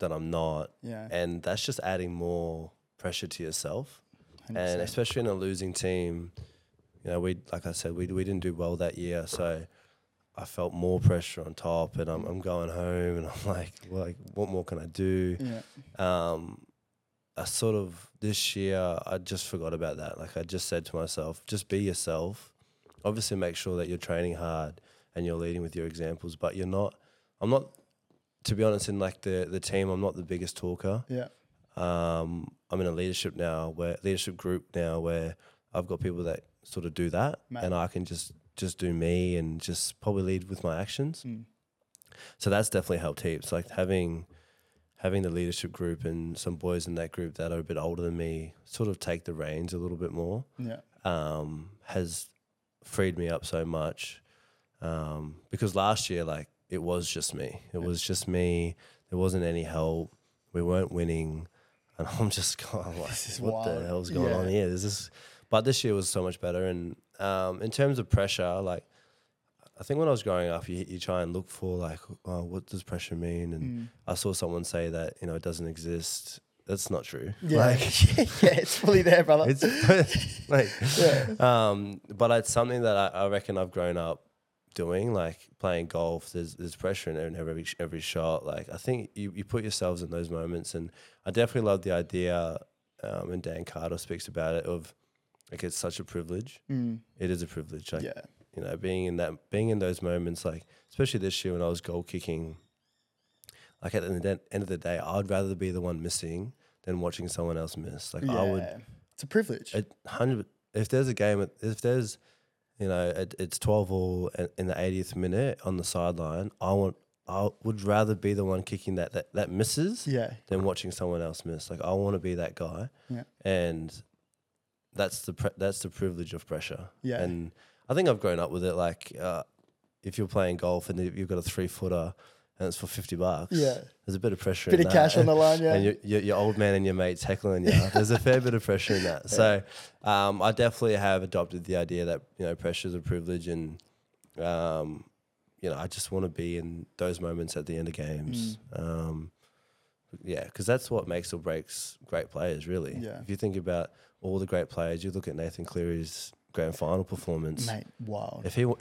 Speaker 2: that I'm not,
Speaker 1: Yeah.
Speaker 2: and that's just adding more pressure to yourself and
Speaker 1: 100%.
Speaker 2: especially in a losing team, you know, we like I said, we we didn't do well that year, so I felt more pressure on top, and I'm I'm going home, and I'm like, like, what more can I do?
Speaker 1: yeah.
Speaker 2: Um, I sort of this year I just forgot about that. Like I just said to myself, just be yourself. Obviously, make sure that you're training hard and you're leading with your examples, but you're not. I'm not. To be honest, in like the the team, I'm not the biggest talker.
Speaker 1: Yeah.
Speaker 2: Um, I'm in a leadership now, where leadership group now, where I've got people that sort of do that,
Speaker 1: Mate.
Speaker 2: and I can just just do me and just probably lead with my actions. So that's definitely helped heaps. Like having having the leadership group and some boys in that group that are a bit older than me sort of take the reins a little bit more
Speaker 1: Yeah.
Speaker 2: um, has freed me up so much. Um, because last year, like, it was just me. It was just me. There wasn't any help. We weren't winning. And I'm just kind of like,
Speaker 1: is
Speaker 2: what
Speaker 1: wild."
Speaker 2: the hell's going
Speaker 1: Yeah.
Speaker 2: on here? This is, but this year was so much better. And um, in terms of pressure, like, I think when I was growing up, you, you try and look for, like, oh, what does pressure mean? And
Speaker 1: Mm.
Speaker 2: I saw someone say that, you know, it doesn't exist. That's not true.
Speaker 1: Yeah.
Speaker 2: Like,
Speaker 1: yeah. It's fully there, brother.
Speaker 2: it's like, um, but it's something that I, I reckon I've grown up doing, like playing golf. There's there's pressure in every- every sh- every shot. Like I think you, you put yourselves in those moments, and I definitely love the idea. Um, and Dan Carter speaks about it of like it's such a privilege.
Speaker 1: Mm.
Speaker 2: It is a privilege. Like
Speaker 1: Yeah.
Speaker 2: you know, being in that, being in those moments, like especially this year when I was goal kicking, like at the end- end of the day, I'd rather be the one missing than watching someone else miss. Like
Speaker 1: Yeah.
Speaker 2: I would
Speaker 1: it's a privilege.
Speaker 2: a hundred. If there's a game, at- if there's, you know, it, it's twelve all a- in the eightieth minute on the sideline. I want. I would rather be the one kicking that that, that misses
Speaker 1: yeah.
Speaker 2: than watching someone else miss. Like I want to be that guy.
Speaker 1: Yeah.
Speaker 2: And that's the pre- that's the privilege of pressure.
Speaker 1: Yeah.
Speaker 2: And I think I've grown up with it. Like uh, if you're playing golf and you've got a three footer and it's for fifty bucks.
Speaker 1: Yeah.
Speaker 2: There's a bit of pressure.
Speaker 1: Bit
Speaker 2: in
Speaker 1: of
Speaker 2: that.
Speaker 1: cash on the line. Yeah.
Speaker 2: And your, your, your old man and your mates heckling you. There's a fair bit of pressure in that. So um, I definitely have adopted the idea that, you know, pressure is a privilege and, um, you know, I just want to be in those moments at the end of games.
Speaker 1: Mm.
Speaker 2: Um, yeah, because that's what makes or breaks great players, really.
Speaker 1: Yeah.
Speaker 2: If you think about all the great players, you look at Nathan Cleary's grand final performance.
Speaker 1: Mate, wild.
Speaker 2: If he wa-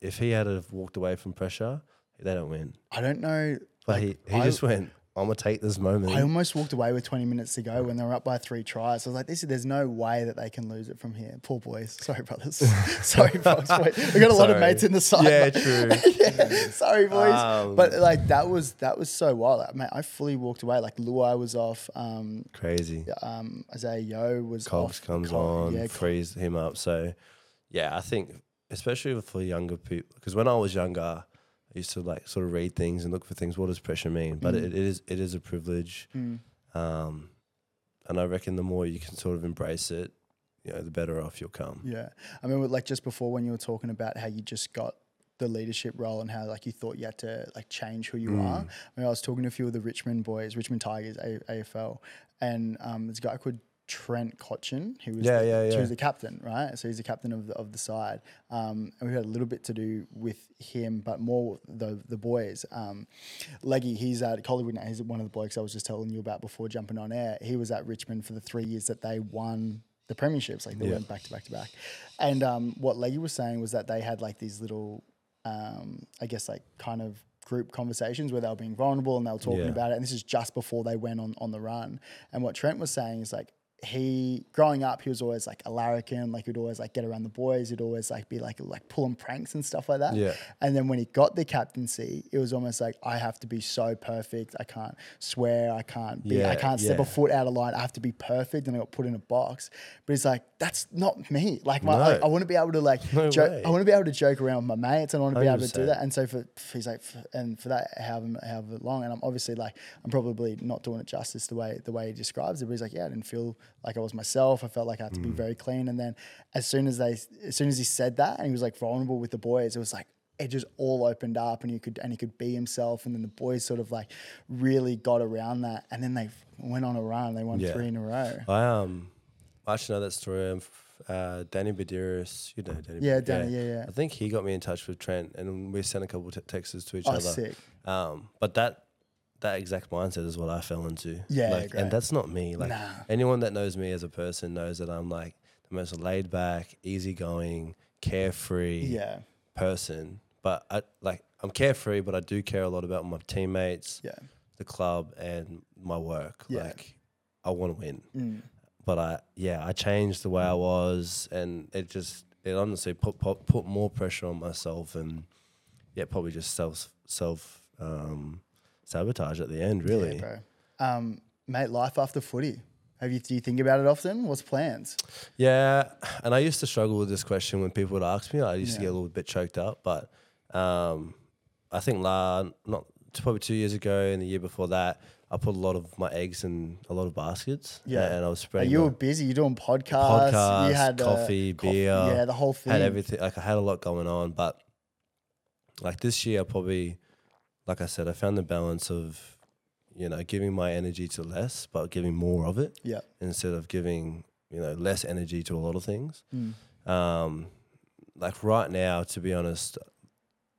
Speaker 2: if he had have walked away from pressure, they don't win.
Speaker 1: I don't know.
Speaker 2: But he, he
Speaker 1: I-
Speaker 2: just went, I'm going to take this moment.
Speaker 1: I almost walked away with 20 minutes to go when they were up by three tries. I was like, this, there's no way that they can lose it from here. Poor boys. Sorry, brothers. Sorry, folks. Wait, we got a lot of
Speaker 2: Sorry.
Speaker 1: mates in the side.
Speaker 2: Yeah,
Speaker 1: but-
Speaker 2: true.
Speaker 1: Yeah, Sorry, boys.
Speaker 2: Um,
Speaker 1: but like that was that was so wild. Like, mate, I fully walked away. Like Luai was off. Um,
Speaker 2: Crazy.
Speaker 1: um, Isaiah Yo was
Speaker 2: Cogs
Speaker 1: off.
Speaker 2: comes
Speaker 1: Col-
Speaker 2: on,
Speaker 1: Yeah, Col-
Speaker 2: frees him up. So, yeah, I think especially for younger people, because when I was younger, I used to like sort of read things and look for things. What does pressure mean? But it, it is it is a privilege,
Speaker 1: Mm.
Speaker 2: um, and I reckon the more you can sort of embrace it, you know, the better off you'll come.
Speaker 1: yeah. I mean, like just before when you were talking about how you just got the leadership role and how like you thought you had to like change who you
Speaker 2: Mm.
Speaker 1: are. I mean, I was talking to a few of the Richmond boys, Richmond Tigers, a- AFL, and um, there's a guy called Trent Cotchin, who was
Speaker 2: Yeah,
Speaker 1: the,
Speaker 2: yeah,
Speaker 1: who
Speaker 2: yeah.
Speaker 1: was the captain, right? So he's the captain of the, of the side, um, and we had a little bit to do with him, but more the the boys. Um, Leggy, he's at Collingwood now. He's one of the blokes I was just telling you about before jumping on air. He was at Richmond for the three years that they won the premierships, like they went back to back to back. And um, what Leggy was saying was that they had like these little, um, I guess, like kind of group conversations where they were being vulnerable and they were talking
Speaker 2: Yeah.
Speaker 1: about about it, and this is just before they went on on the run. And what Trent was saying is like he growing up, he was always like a larrikin, like he'd always like get around the boys, he'd always like be like like pulling pranks and stuff like that.
Speaker 2: Yeah.
Speaker 1: And then when he got the captaincy, it was almost like I have to be so perfect. I can't swear, I can't be, I
Speaker 2: Yeah,
Speaker 1: can't step a
Speaker 2: yeah.
Speaker 1: foot out of line. I have to be perfect, and I got put in a box. But he's like, that's not me. Like my,
Speaker 2: No.
Speaker 1: like, I want to be able to like,
Speaker 2: No
Speaker 1: joke,
Speaker 2: way.
Speaker 1: I want to be able to joke around with my mates, and I want to be able to do
Speaker 2: 100%.
Speaker 1: that. And so for he's like, f- and for that however however long, and I'm obviously like, I'm probably not doing it justice the way the way he describes it. But he's like, yeah, I didn't feel like I was myself. I felt like I had to be very clean. And then as soon as they, as soon as he said that, and he was like vulnerable with the boys, it was like it just all opened up, and he could and he could be himself. And then the boys sort of like really got around that, and then they went on a run. They won
Speaker 2: Yeah.
Speaker 1: three in a row.
Speaker 2: I um, I actually know that story. Um, f- uh, Danny Badiris, you know Danny.
Speaker 1: Yeah,
Speaker 2: Badiris,
Speaker 1: Danny, yeah, yeah.
Speaker 2: I think he got me in touch with Trent, and we sent a couple t- texts to each
Speaker 1: Oh,
Speaker 2: other.
Speaker 1: sick.
Speaker 2: Um, but that that exact mindset is what I fell into.
Speaker 1: Yeah,
Speaker 2: like,
Speaker 1: great.
Speaker 2: and that's not me. Like
Speaker 1: Nah.
Speaker 2: anyone that knows me as a person knows that I'm like the most laid back, easygoing, carefree
Speaker 1: Yeah,
Speaker 2: person. But I like I'm carefree, but I do care a lot about my teammates
Speaker 1: yeah,
Speaker 2: the club and my work.
Speaker 1: Yeah. Mm.
Speaker 2: Like I I want to win. But I, yeah, I changed the way I was, and it just, it honestly put put, put more pressure on myself, and yeah, probably just self self um, sabotage at the end, really.
Speaker 1: bro. Um, mate, life after footy. Have you do you think about it often? What's plans?
Speaker 2: Yeah, and I used to struggle with this question when people would ask me. I used to get a little bit choked up, but um, I think la not it's probably two years ago and the year before that, I put a lot of my eggs in a lot of baskets.
Speaker 1: Yeah.
Speaker 2: and I was
Speaker 1: Like,
Speaker 2: spreading
Speaker 1: you were
Speaker 2: my
Speaker 1: busy. You're doing podcasts.
Speaker 2: podcasts,
Speaker 1: you had uh,
Speaker 2: coffee, beer,
Speaker 1: Yeah, the whole thing.
Speaker 2: had everything. Like I had a lot going on, but like this year, I probably, like I said, I found the balance of you know giving my energy to less, but giving more of it
Speaker 1: Yeah,
Speaker 2: instead of giving you know less energy to a lot of things. Um, like right now, to be honest,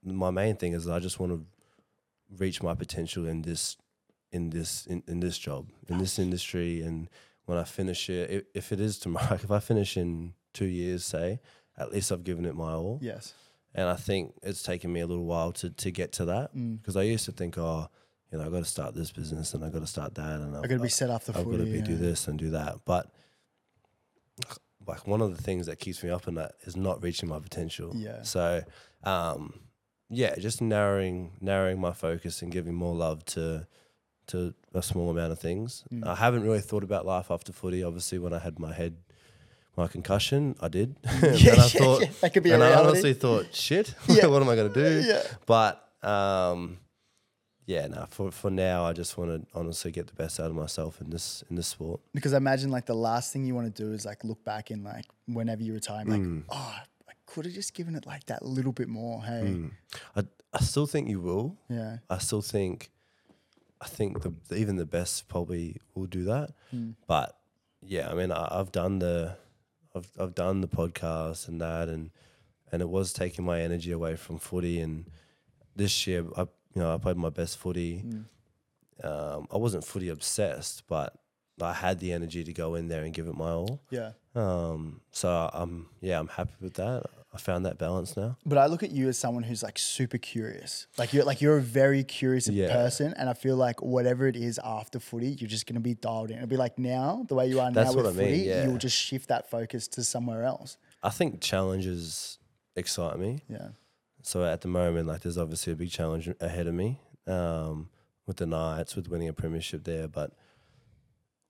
Speaker 2: my main thing is I just want to reach my potential in this in this in, in this job in this industry and when I finish it, if, if it is tomorrow, if I finish in two years, say, at least I've given it my all.
Speaker 1: yes.
Speaker 2: And I think it's taken me a little while to to get to that because I used to think, oh, you know, I got to start this business and I got to start that and
Speaker 1: I got to be set after
Speaker 2: I've
Speaker 1: footy.
Speaker 2: got to be
Speaker 1: yeah.
Speaker 2: do this and do that. But like one of the things that keeps me up in that is not reaching my potential.
Speaker 1: Yeah.
Speaker 2: So, um, yeah, just narrowing narrowing my focus and giving more love to to a small amount of things.
Speaker 1: Mm.
Speaker 2: I haven't really thought about life after footy. Obviously, when I had my head my concussion, I did. and
Speaker 1: Yeah,
Speaker 2: I
Speaker 1: yeah, yeah. That could be a
Speaker 2: and I
Speaker 1: reality.
Speaker 2: honestly thought, shit,
Speaker 1: Yeah.
Speaker 2: what am I gonna do?
Speaker 1: Yeah.
Speaker 2: But um, yeah, no. For for now, I just want to honestly get the best out of myself in this in this sport.
Speaker 1: Because I imagine like the last thing you want to do is like look back and like whenever you retire, and, like
Speaker 2: Mm.
Speaker 1: oh, I could have just given it like that little bit more. Hey,
Speaker 2: Mm. I I still think you will.
Speaker 1: yeah,
Speaker 2: I still think, I think the, even the best probably will do that. But yeah, I mean, I, I've done the, I've I've done the podcast and that, and and it was taking my energy away from footy. And this year, I you know I played my best footy. Um, I wasn't footy obsessed, but I had the energy to go in there and give it my all.
Speaker 1: yeah.
Speaker 2: Um, so I'm yeah, I'm happy with that. I found that balance now.
Speaker 1: But I look at you as someone who's like super curious. Like you're like you're a very curious
Speaker 2: Yeah.
Speaker 1: person, and I feel like whatever it is after footy, you're just gonna be dialed in. It'll be like now the way you are
Speaker 2: That's
Speaker 1: now with
Speaker 2: what I mean,
Speaker 1: footy,
Speaker 2: yeah.
Speaker 1: you'll just shift that focus to somewhere else.
Speaker 2: I think challenges excite me.
Speaker 1: Yeah,
Speaker 2: So at the moment, like there's obviously a big challenge ahead of me um, with the Knights, with winning a premiership there. But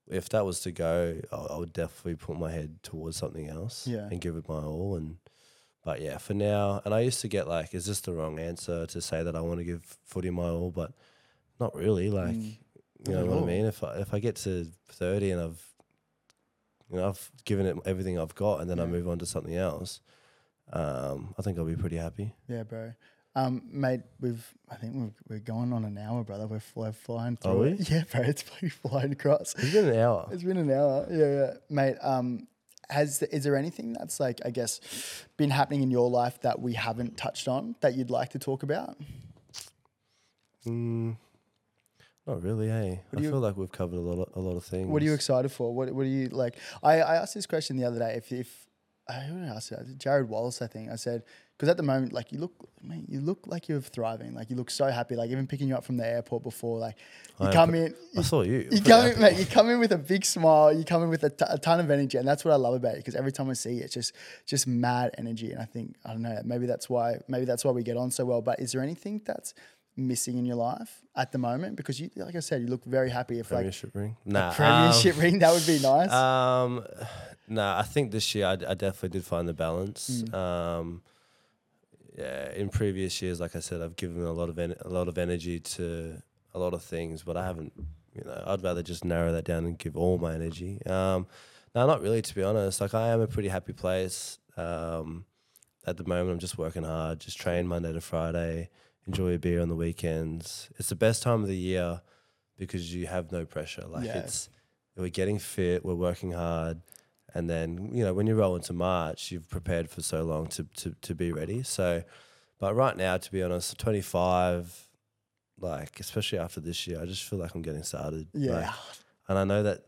Speaker 2: if that was to go, I, I would definitely put my head towards something else
Speaker 1: Yeah.
Speaker 2: and give it my all. And but yeah, for now, and I used to get like, is this the wrong answer to say that I want to give footy my all? But not really. Like you know
Speaker 1: Mm. at
Speaker 2: what I
Speaker 1: all.
Speaker 2: mean? If I, if I get to thirty and I've you know I've given it everything I've got, and then I move on to something else. Um, I think I'll be pretty happy.
Speaker 1: yeah, bro. Um, mate, we've I think we've, we're going on an hour, brother. We're, fly, flying through.
Speaker 2: we?
Speaker 1: It. Yeah, bro. It's bloody flying across.
Speaker 2: It's been an hour.
Speaker 1: It's been an hour. Yeah, yeah. Mate, um, has is there anything that's like, I guess, been happening in your life that we haven't touched on that you'd like to talk about?
Speaker 2: Mm, not really, hey. I
Speaker 1: do you-
Speaker 2: feel like we've covered a lot, of, a lot of things.
Speaker 1: What are you excited for? What what are you like? I, I asked this question the other day. If if I who did I ask it? Jared Wallace, I think I said because at the moment, like you look, mate, you look like you're thriving. Like you look so happy. Like even picking you up from the airport before, like you
Speaker 2: I am
Speaker 1: come
Speaker 2: pre-
Speaker 1: in,
Speaker 2: I saw you.
Speaker 1: You
Speaker 2: Pretty
Speaker 1: come in,
Speaker 2: happy.
Speaker 1: mate, you come in with a big smile. You come in with a, t- a ton of energy, and that's what I love about you. Because every time I see you, it's just just mad energy. And I think I don't know. Maybe that's why. Maybe that's why we get on so well. But is there anything that's missing in your life at the moment? Because you, like I said, you look very happy. If like
Speaker 2: Premiership ring? Nah.
Speaker 1: premiership ring, that would be nice.
Speaker 2: Um, um, nah, I think this year I, d- I definitely did find the balance.
Speaker 1: Hmm.
Speaker 2: Um, yeah, in previous years, like I said, I've given a lot of en- a lot of energy to a lot of things, but I haven't. You know, I'd rather just narrow that down and give all my energy. Um, no, not really, to be honest. Like I am a pretty happy place. Um, at the moment, I'm just working hard, just train Monday to Friday, enjoy a beer on the weekends. It's the best time of the year because you have no pressure. Like
Speaker 1: Yeah.
Speaker 2: it's we're getting fit, we're working hard, and then you know when you roll into March, you've prepared for so long to to to be ready. So, but right now, to be honest, 25. Like especially after this year, I just feel like I'm getting started.
Speaker 1: yeah,
Speaker 2: Like, and I know that,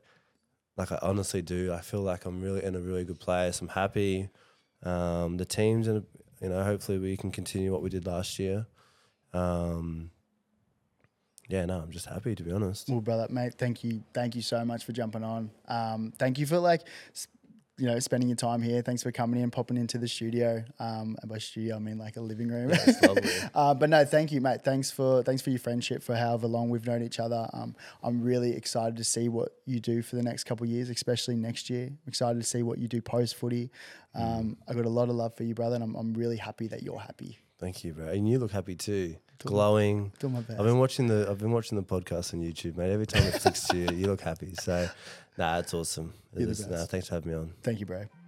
Speaker 2: like I honestly do. I feel like I'm really in a really good place. I'm happy. Um, the teams and you know hopefully we can continue what we did last year. Um, yeah, no, I'm just happy to be honest.
Speaker 1: Well, brother, mate, thank you, thank you so much for jumping on. Um, thank you for like, s- you know, spending your time here. Thanks for coming in, popping into the studio. Um, and by studio, I mean like a living room.
Speaker 2: It's lovely.
Speaker 1: Uh, but no, thank you, mate. Thanks for thanks for your friendship for however long we've known each other. Um, I'm really excited to see what you do for the next couple of years, especially next year. I'm excited to see what you do post footy. Um, I got a lot of love for you, brother, and I'm, I'm really happy that you're happy.
Speaker 2: Thank you, bro. And you look happy too. Glowing.
Speaker 1: do my best.
Speaker 2: I've been watching the I've been watching the podcast on YouTube, mate. Every time it flicks to you, you look happy. So, nah, it's awesome. It
Speaker 1: the
Speaker 2: is- nah,
Speaker 1: best.
Speaker 2: thanks for having me on.
Speaker 1: Thank you, bro.